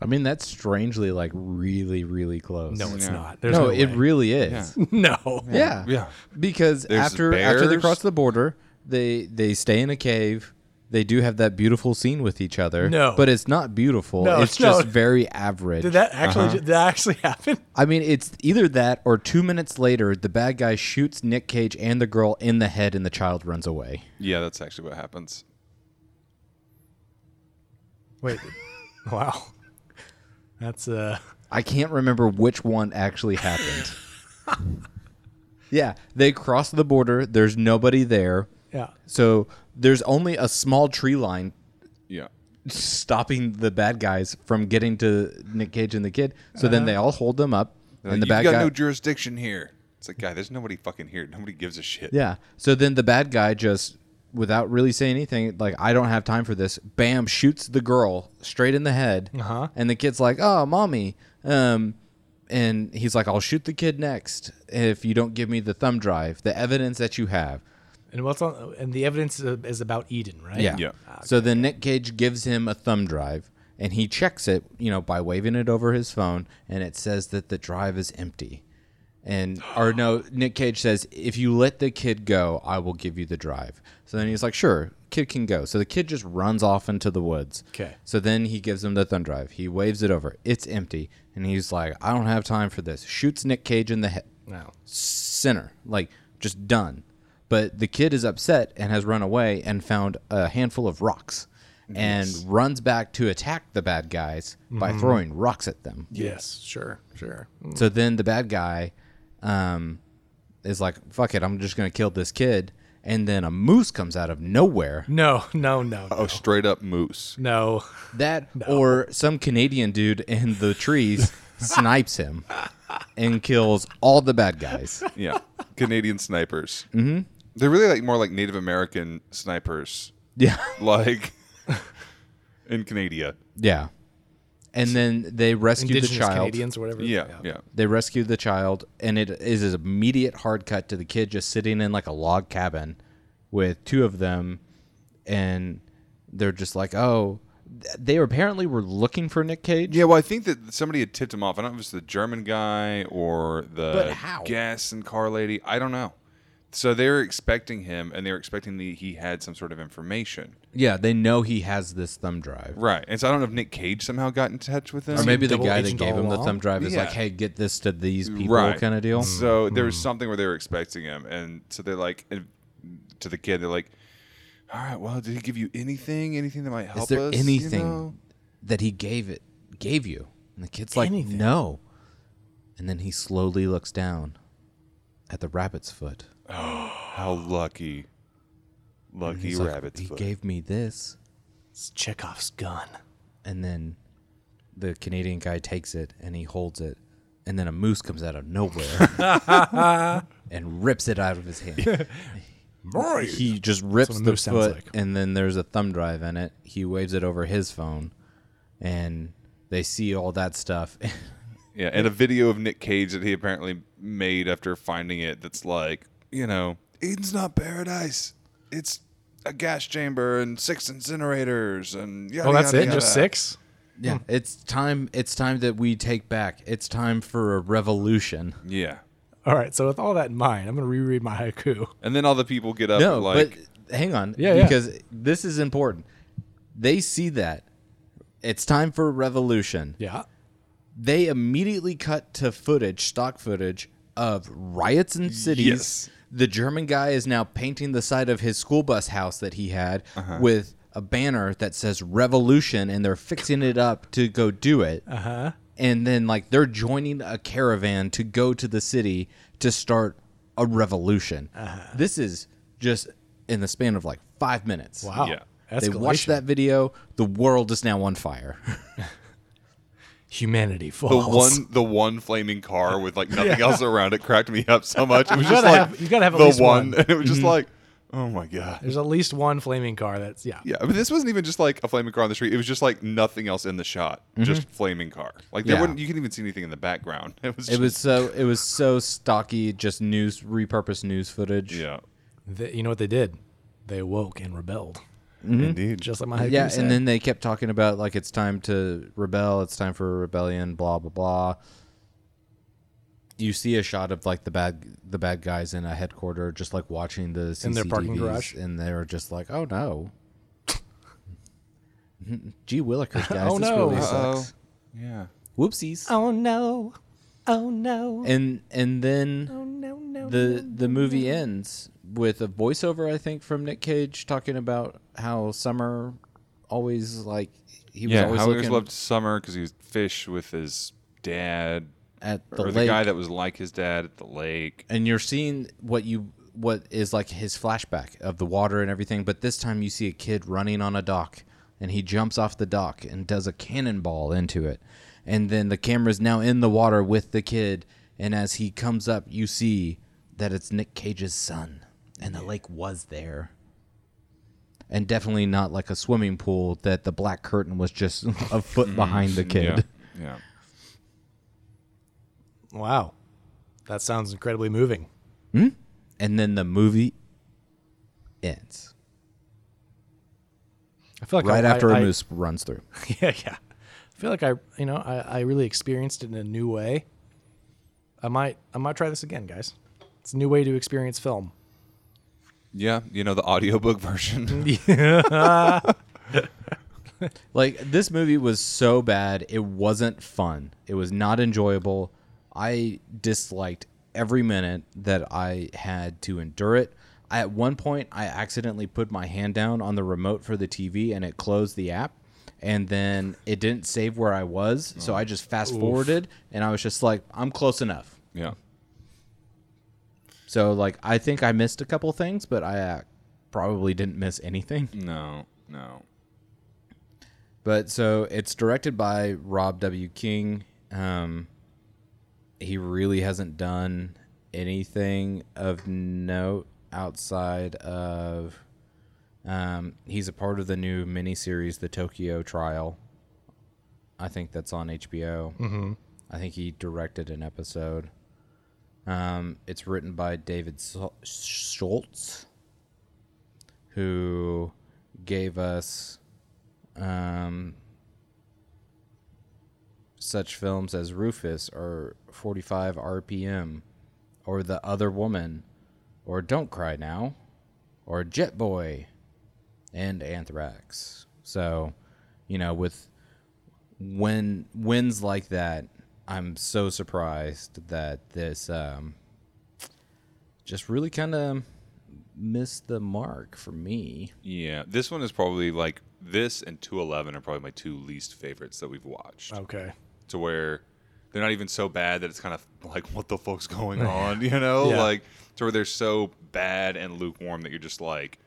[SPEAKER 2] I mean, that's strangely like really, really close.
[SPEAKER 1] No, it's
[SPEAKER 3] Yeah.
[SPEAKER 1] not. There's
[SPEAKER 2] no,
[SPEAKER 1] no,
[SPEAKER 2] it
[SPEAKER 1] way.
[SPEAKER 2] really is.
[SPEAKER 3] Yeah.
[SPEAKER 1] no.
[SPEAKER 2] Yeah.
[SPEAKER 3] Yeah.
[SPEAKER 2] Because
[SPEAKER 3] There's
[SPEAKER 2] after after they
[SPEAKER 3] bears.
[SPEAKER 2] cross the border, they they stay in a cave. They do have that beautiful scene with each other.
[SPEAKER 1] No.
[SPEAKER 2] But it's not beautiful.
[SPEAKER 1] No,
[SPEAKER 2] it's
[SPEAKER 1] no.
[SPEAKER 2] just very average.
[SPEAKER 1] Did that actually did that actually happen?
[SPEAKER 2] I mean, it's either that or two minutes later, the bad guy shoots Nick Cage and the girl in the head and the child runs away.
[SPEAKER 3] Yeah, that's actually what happens.
[SPEAKER 1] Wait. wow. That's uh
[SPEAKER 2] I can't remember which one actually happened. yeah. They cross the border. There's nobody there.
[SPEAKER 1] yeah.
[SPEAKER 2] So there's only a small tree line
[SPEAKER 3] Yeah.
[SPEAKER 2] stopping the bad guys from getting to Nick Cage and the kid. So then they all hold them up,
[SPEAKER 3] Uh-huh. Like,
[SPEAKER 2] and the
[SPEAKER 3] You've
[SPEAKER 2] bad
[SPEAKER 3] got
[SPEAKER 2] guy.
[SPEAKER 3] no jurisdiction here. It's like, guy, there's nobody fucking here. Nobody gives a shit.
[SPEAKER 2] yeah. So then the bad guy just, without really saying anything, like I don't have time for this. Bam! Shoots the girl straight in the head,
[SPEAKER 1] Uh-huh.
[SPEAKER 2] and the kid's like, "Oh, mommy." Um, and he's like, "I'll shoot the kid next if you don't give me the thumb drive, the evidence that you have."
[SPEAKER 1] And what's on and the evidence is- is about Eden, right? Ah,
[SPEAKER 2] Yeah.
[SPEAKER 3] Yeah.
[SPEAKER 2] So then Nick Cage gives him a thumb drive and he checks it, you know, by waving it over his phone and it says that the drive is empty. And or no, Nick Cage says, "If you let the kid go, I will give you the drive." So then he's like, "Sure, kid can go." So the kid just runs off into the woods.
[SPEAKER 1] Okay.
[SPEAKER 2] So then he gives him the thumb drive. He waves it over. It's empty, and he's like, "I don't have time for this." Shoots Nick Cage in the head
[SPEAKER 1] No.
[SPEAKER 2] center, like just done. But the kid is upset and has run away and found a handful of rocks and runs back to attack the bad guys
[SPEAKER 1] Mm-hmm.
[SPEAKER 2] by throwing rocks at them.
[SPEAKER 1] Yes, sure, sure.
[SPEAKER 3] Mm-hmm.
[SPEAKER 2] So then the bad guy um, is like, fuck it, I'm just going to kill this kid. And then a moose comes out of nowhere.
[SPEAKER 1] No, no, no.
[SPEAKER 3] Oh, straight up moose.
[SPEAKER 1] No.
[SPEAKER 2] That or some Canadian dude in the trees snipes him and kills all the bad guys.
[SPEAKER 3] Yeah. Canadian snipers. Mm-hmm. They're really like more like Native American snipers,
[SPEAKER 2] Yeah.
[SPEAKER 3] like in Canada.
[SPEAKER 2] Yeah. And then they rescue the
[SPEAKER 1] Indigenous
[SPEAKER 2] child.
[SPEAKER 1] Canadians or whatever.
[SPEAKER 3] Yeah, yeah.
[SPEAKER 2] They rescue the child, and it is an immediate hard cut to the kid just sitting in like a log cabin with two of them, and they're just like, "Oh, th- they apparently were looking for Nick Cage."
[SPEAKER 3] Yeah, well, I think that somebody had tipped him off. I don't know if it was the German guy or
[SPEAKER 2] But
[SPEAKER 3] the
[SPEAKER 2] how?
[SPEAKER 3] gas and car lady. I don't know. So they were expecting him, and they were expecting that he had some sort of information,
[SPEAKER 2] Yeah, they know he has this thumb drive,
[SPEAKER 3] right? And so I don't know if Nick Cage somehow got in touch with him.
[SPEAKER 2] or maybe the
[SPEAKER 1] double
[SPEAKER 2] guy that
[SPEAKER 1] agent
[SPEAKER 2] gave
[SPEAKER 1] all
[SPEAKER 2] him the
[SPEAKER 1] along?
[SPEAKER 2] thumb drive is
[SPEAKER 3] Yeah.
[SPEAKER 2] like, "Hey, get this to these people," kind of deal. Hmm.
[SPEAKER 3] So there was something where they were expecting him, and so they're like, and to the kid, they're like, "All right, well, did he give you anything? Anything that might help
[SPEAKER 2] Is there
[SPEAKER 3] us? you
[SPEAKER 2] anything
[SPEAKER 3] know?"
[SPEAKER 2] that he gave it gave you? And the kid's like,
[SPEAKER 1] Anything.
[SPEAKER 2] no. And then he slowly looks down at the rabbit's foot.
[SPEAKER 3] How lucky, lucky
[SPEAKER 2] He's like,
[SPEAKER 3] rabbit's
[SPEAKER 2] he
[SPEAKER 3] foot.
[SPEAKER 2] gave me this,
[SPEAKER 1] It's Chekhov's gun.
[SPEAKER 2] and then the Canadian guy takes it and he holds it, and then a moose comes out of nowhere and rips it out of his hand. He just rips
[SPEAKER 1] what a
[SPEAKER 2] the
[SPEAKER 1] moose sounds
[SPEAKER 2] foot,
[SPEAKER 1] like.
[SPEAKER 2] and then there's a thumb drive in it. He waves it over his phone, and they see all that stuff.
[SPEAKER 3] Yeah, and a video of Nick Cage that he apparently made after finding it that's like, you know, Eden's not paradise. It's a gas chamber and six incinerators and yeah.
[SPEAKER 1] Oh, that's it? Just six?
[SPEAKER 2] Yeah,
[SPEAKER 3] Hmm.
[SPEAKER 2] it's time. It's time that we take back. It's time for a revolution.
[SPEAKER 3] Yeah,
[SPEAKER 1] All right, so with all that in mind, I'm going to reread my haiku.
[SPEAKER 3] and then all the people get up
[SPEAKER 2] No,
[SPEAKER 3] like
[SPEAKER 2] but hang on.
[SPEAKER 1] Yeah, yeah.
[SPEAKER 2] because this is important. They see that it's time for a revolution.
[SPEAKER 1] Yeah.
[SPEAKER 2] They immediately cut to footage, stock footage of riots in cities.
[SPEAKER 3] Yes.
[SPEAKER 2] The German guy is now painting the side of his school bus house that he had with a banner that says revolution and they're fixing it up to go do it. Uh-huh. And then like they're joining a caravan to go to the city to start a revolution. Uh-huh. This is just in the span of like 5 minutes.
[SPEAKER 1] Wow.
[SPEAKER 3] Yeah.
[SPEAKER 2] They watched
[SPEAKER 1] Escalation.
[SPEAKER 2] that video, the world is now on fire.
[SPEAKER 1] humanity
[SPEAKER 3] The
[SPEAKER 1] falls.
[SPEAKER 3] one, the one flaming car with like nothing else around it cracked me up so much. It was
[SPEAKER 1] You
[SPEAKER 3] just
[SPEAKER 1] gotta
[SPEAKER 3] like
[SPEAKER 1] have- you gotta have at
[SPEAKER 3] the
[SPEAKER 1] least
[SPEAKER 3] one,
[SPEAKER 1] one. Mm-hmm.
[SPEAKER 3] and it was just like, oh my god.
[SPEAKER 1] There's at least one flaming car that's yeah.
[SPEAKER 3] Yeah, but this wasn't even just like a flaming car on the street. It was just like nothing else in the shot,
[SPEAKER 1] Mm-hmm.
[SPEAKER 3] just flaming car. Like there
[SPEAKER 2] Yeah.
[SPEAKER 3] wouldn't, you couldn't even see anything in the background. It was,
[SPEAKER 2] It
[SPEAKER 3] just,
[SPEAKER 2] was so it was so stocky, just news repurposed news footage.
[SPEAKER 3] yeah,
[SPEAKER 1] They- you know what they did? They awoke and rebelled,
[SPEAKER 2] Mm-hmm.
[SPEAKER 3] indeed.
[SPEAKER 1] just like my haiku
[SPEAKER 2] Yeah,
[SPEAKER 1] said.
[SPEAKER 2] and then they kept talking about like it's time to rebel, it's time for a rebellion, blah blah blah. You see a shot of like the bad the bad guys in a headquarter just like watching the CCTVs
[SPEAKER 1] In their parking garage?
[SPEAKER 2] and they're just like, "Oh no." Gee willikers, guys,
[SPEAKER 1] Oh,
[SPEAKER 2] this
[SPEAKER 1] no.
[SPEAKER 2] really
[SPEAKER 3] Uh-oh.
[SPEAKER 2] sucks.
[SPEAKER 3] Yeah.
[SPEAKER 2] Whoopsies.
[SPEAKER 1] oh no, oh no,
[SPEAKER 2] And and then
[SPEAKER 1] oh no no.
[SPEAKER 2] the the movie ends with a voiceover I think from Nick Cage talking about how summer always like he was
[SPEAKER 3] Yeah,
[SPEAKER 2] always
[SPEAKER 3] how he
[SPEAKER 2] looking
[SPEAKER 3] always loved summer because he was fish with his dad
[SPEAKER 2] at the
[SPEAKER 3] or
[SPEAKER 2] lake
[SPEAKER 3] the guy that was like his dad at the lake.
[SPEAKER 2] and you're seeing what you what is like his flashback of the water and everything but this time you see a kid running on a dock and he jumps off the dock and does a cannonball into it and then the camera's now in the water with the kid and as he comes up you see that it's Nick Cage's son and the lake was there and definitely not like a swimming pool that the black curtain was just a foot behind the kid
[SPEAKER 3] Yeah, yeah.
[SPEAKER 1] Wow, that sounds incredibly moving.
[SPEAKER 2] and then the movie ends
[SPEAKER 1] I feel like
[SPEAKER 2] right
[SPEAKER 1] I,
[SPEAKER 2] after
[SPEAKER 1] I, I-
[SPEAKER 2] a moose runs through
[SPEAKER 1] Yeah, yeah. I feel like I, you know, I, I really experienced it in a new way. I might, I might try this again, guys. It's a new way to experience film.
[SPEAKER 3] Yeah, you know the audiobook version.
[SPEAKER 2] Like this movie was so bad, it wasn't fun. It was not enjoyable. I disliked every minute that I had to endure it. I, at one point, I accidentally put my hand down on the remote for the TV and it closed the app. And then it didn't save where I was. So I just fast forwarded and I was just like, I'm close enough.
[SPEAKER 3] yeah.
[SPEAKER 2] So, like, I think I missed a couple things, but I uh, probably didn't miss anything.
[SPEAKER 3] No, no.
[SPEAKER 2] But so it's directed by Rob W. King. Um, he really hasn't done anything of note outside of. Um, he's a part of the new miniseries, The Tokyo Trial. I think that's on HBO. Mm-hmm. I think he directed an episode. Um, it's written by David Sol- Schultz, who gave us um, such films as Rufus or 45 RPM or The Other Woman or Don't Cry Now or Jet Boy and Anthrax. So, you know, with when wins like that, I'm so surprised that this um, just really kind of missed the mark for me.
[SPEAKER 3] Yeah, this one is probably like this and 211 are probably my two least favorites that we've watched.
[SPEAKER 1] Okay.
[SPEAKER 3] To where they're not even so bad that it's kind of like what the fuck's going on, you know?
[SPEAKER 1] Yeah.
[SPEAKER 3] Like to where they're so bad and lukewarm that you're just like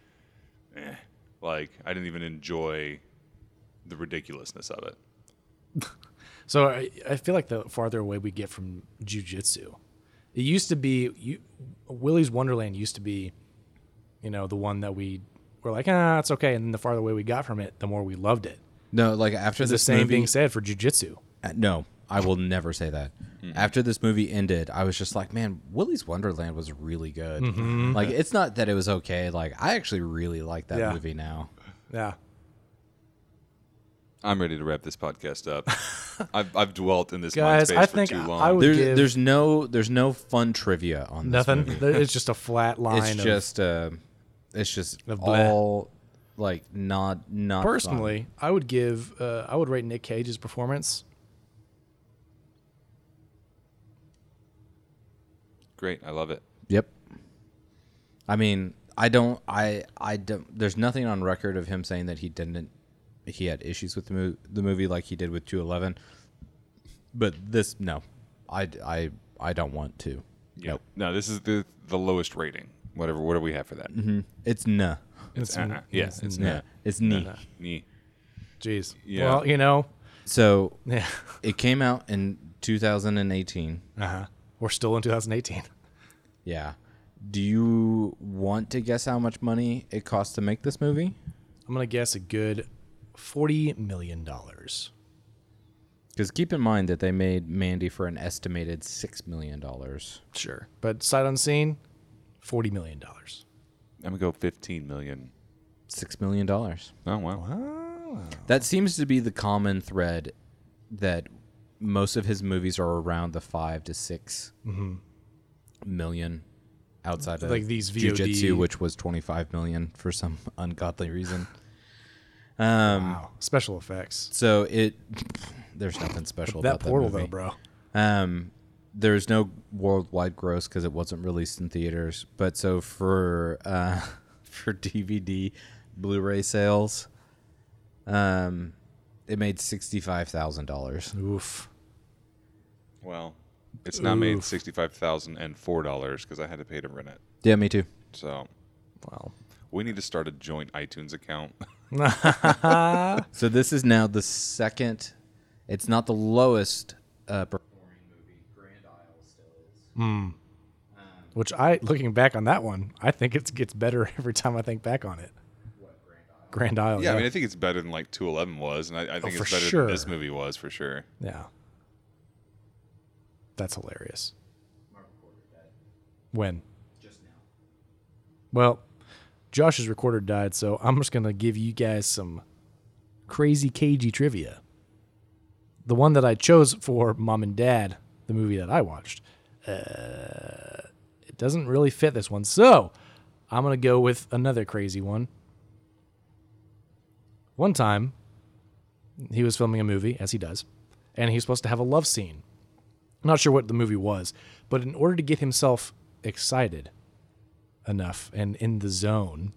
[SPEAKER 3] eh. like I didn't even enjoy the ridiculousness of it.
[SPEAKER 1] So I, I feel like the farther away we get from jujitsu, it used to be you, Willie's Wonderland used to be, you know, the one that we were like, ah, it's okay. And then the farther away we got from it, the more we loved it.
[SPEAKER 2] No, like after
[SPEAKER 1] The
[SPEAKER 2] this
[SPEAKER 1] same
[SPEAKER 2] movie,
[SPEAKER 1] being said for jujitsu.
[SPEAKER 2] Uh, no, I will never say that. After this movie ended, I was just like, man, Willy's Wonderland was really good. Like, it's not that it was okay. Like, I actually really like that
[SPEAKER 1] Mm-hmm. Yeah.
[SPEAKER 2] movie now.
[SPEAKER 1] Yeah.
[SPEAKER 3] I'm ready to wrap this podcast up. I've, I've dwelt in this
[SPEAKER 1] Guys,
[SPEAKER 3] mind space
[SPEAKER 1] I
[SPEAKER 3] for
[SPEAKER 1] think
[SPEAKER 3] too
[SPEAKER 1] I
[SPEAKER 3] long.
[SPEAKER 1] would-
[SPEAKER 2] There's
[SPEAKER 1] give-
[SPEAKER 2] there's no there's no fun trivia on this
[SPEAKER 1] Nothing.
[SPEAKER 2] movie.
[SPEAKER 1] There- It's just a flat line.
[SPEAKER 2] It's
[SPEAKER 1] of,
[SPEAKER 2] just uh, it's just
[SPEAKER 1] Of bleh.
[SPEAKER 2] all like not not fun.
[SPEAKER 1] personally, I would give, uh, I would rate Nick Cage's performance
[SPEAKER 3] Great, I love it.
[SPEAKER 2] Yep. I mean, I don't. I I don't. There's nothing on record of him saying that he didn't. He had issues with the movie, the movie like he did with 211. But this, no, I I I don't want to.
[SPEAKER 3] Yeah. No, this is the the lowest rating. Whatever. What do we have for that? Mm-hmm.
[SPEAKER 2] It's nah.
[SPEAKER 1] It's,
[SPEAKER 3] Uh-uh. Yeah, it's
[SPEAKER 2] Nah. It's nah.
[SPEAKER 3] me.
[SPEAKER 1] Jeez.
[SPEAKER 3] Yeah.
[SPEAKER 1] Well, you know,
[SPEAKER 2] So
[SPEAKER 1] Yeah.
[SPEAKER 2] it came out in 2018.
[SPEAKER 1] Uh huh. We're still in 2018.
[SPEAKER 2] Yeah. Do you want to guess how much money it cost to make this movie?
[SPEAKER 1] I'm gonna guess a good forty million dollars.
[SPEAKER 2] Because keep in mind that they made Mandy for an estimated six million dollars.
[SPEAKER 1] Sure, but sight unseen, forty million dollars.
[SPEAKER 3] I'm gonna go 15 million.
[SPEAKER 2] Six million dollars.
[SPEAKER 3] Oh wow.
[SPEAKER 2] That seems to be the common thread that most of his movies are around the five to six million outside of
[SPEAKER 1] Mm-hmm. Like these VOD
[SPEAKER 2] jujitsu, which was twenty five million for some ungodly reason.
[SPEAKER 1] Wow, special effects.
[SPEAKER 2] So it there's nothing special
[SPEAKER 1] That
[SPEAKER 2] about
[SPEAKER 1] portal
[SPEAKER 2] that movie.
[SPEAKER 1] though, bro.
[SPEAKER 2] Um, there's no worldwide gross because it wasn't released in theaters. But so for uh, for DVD, Blu-ray sales, um, it made sixty-five thousand dollars.
[SPEAKER 1] Oof.
[SPEAKER 3] Well, it's not made
[SPEAKER 1] Oof.
[SPEAKER 3] sixty-five thousand and four dollars because I had to pay to rent it.
[SPEAKER 2] Yeah, me too.
[SPEAKER 3] So
[SPEAKER 1] Wow. Oh,
[SPEAKER 3] we need to start a joint iTunes account.
[SPEAKER 2] So this is now the second. It's not the lowest. Uh, performing movie. Grand Isle still is.
[SPEAKER 1] Which I, looking back on that one, I think it gets better every time I think back on it. Grand Isle.
[SPEAKER 3] yeah,
[SPEAKER 1] Yeah, Oh,
[SPEAKER 3] I mean, I think it's better than like two eleven was, and I, I think
[SPEAKER 1] for
[SPEAKER 3] it's better
[SPEAKER 1] sure.
[SPEAKER 3] than this movie was for sure.
[SPEAKER 1] yeah. That's hilarious. When?
[SPEAKER 2] Just now.
[SPEAKER 1] Well, Josh's recorder died, so I'm just gonna give you guys some crazy cagey trivia. The one that I chose for Mom and Dad, the movie that I watched, uh, it doesn't really fit this one, so I'm gonna go with another crazy one. One time, he was filming a movie, as he does, and he was supposed to have a love scene. Not sure what the movie was, but in order to get himself excited, enough and in the zone,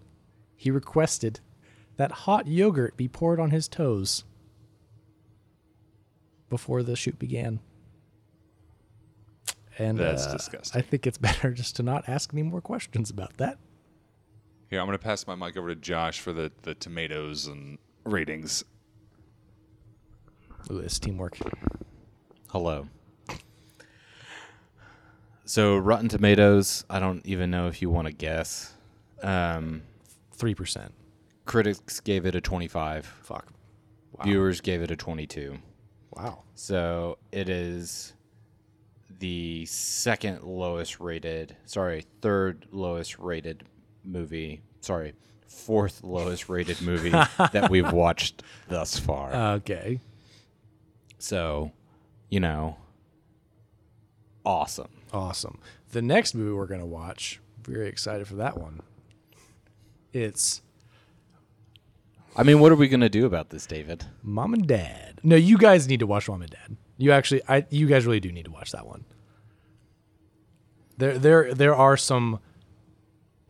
[SPEAKER 1] he requested that hot yogurt be poured on his toes before the shoot began. And
[SPEAKER 3] That's
[SPEAKER 1] uh,
[SPEAKER 3] disgusting.
[SPEAKER 1] I think it's better just to not ask any more questions about that.
[SPEAKER 3] Here, I'm gonna pass my mic over to Josh for the the tomatoes and ratings.
[SPEAKER 1] Ooh, this teamwork.
[SPEAKER 2] Hello. So Rotten Tomatoes, I don't even know if you want to guess. Um,
[SPEAKER 1] Three percent.
[SPEAKER 2] critics gave it a 25.
[SPEAKER 1] Fuck.
[SPEAKER 2] Viewers gave it a 22.
[SPEAKER 1] Wow.
[SPEAKER 2] So it is the second lowest rated, sorry, third lowest rated movie, sorry, fourth lowest rated movie that we've watched thus far.
[SPEAKER 1] Okay.
[SPEAKER 2] so, you know, awesome.
[SPEAKER 1] Awesome. The next movie we're going to watch, very excited for that one. It's
[SPEAKER 2] I mean, what are we going to do about this, David?
[SPEAKER 1] Mom and Dad. No, you guys need to watch Mom and Dad. You actually I you guys really do need to watch that one. There there there are some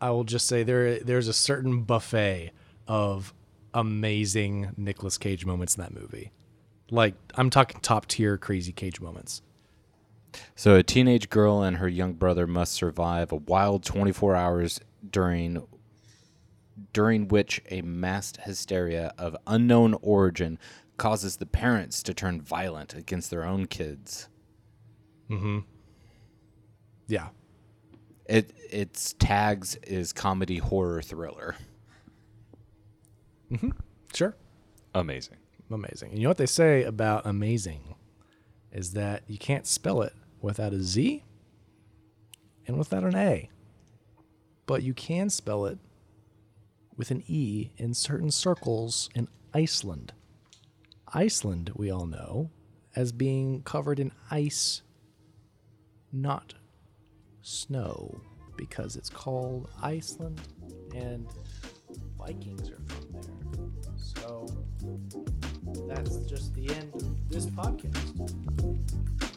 [SPEAKER 1] I will just say there there's a certain buffet of amazing Nicolas Cage moments in that movie. Like I'm talking top tier crazy Cage moments.
[SPEAKER 2] So, a teenage girl and her young brother must survive a wild 24 hours during during which a massed hysteria of unknown origin causes the parents to turn violent against their own kids.
[SPEAKER 1] Yeah.
[SPEAKER 2] It its tags is comedy horror thriller.
[SPEAKER 1] Sure.
[SPEAKER 3] Amazing.
[SPEAKER 1] Amazing. And you know what they say about amazing is that you can't spell it without a Z and without an A. But you can spell it with an E in certain circles in Iceland. Iceland, we all know, as being covered in ice, not snow, because it's called Iceland and Vikings are from there. So that's just the end of this podcast.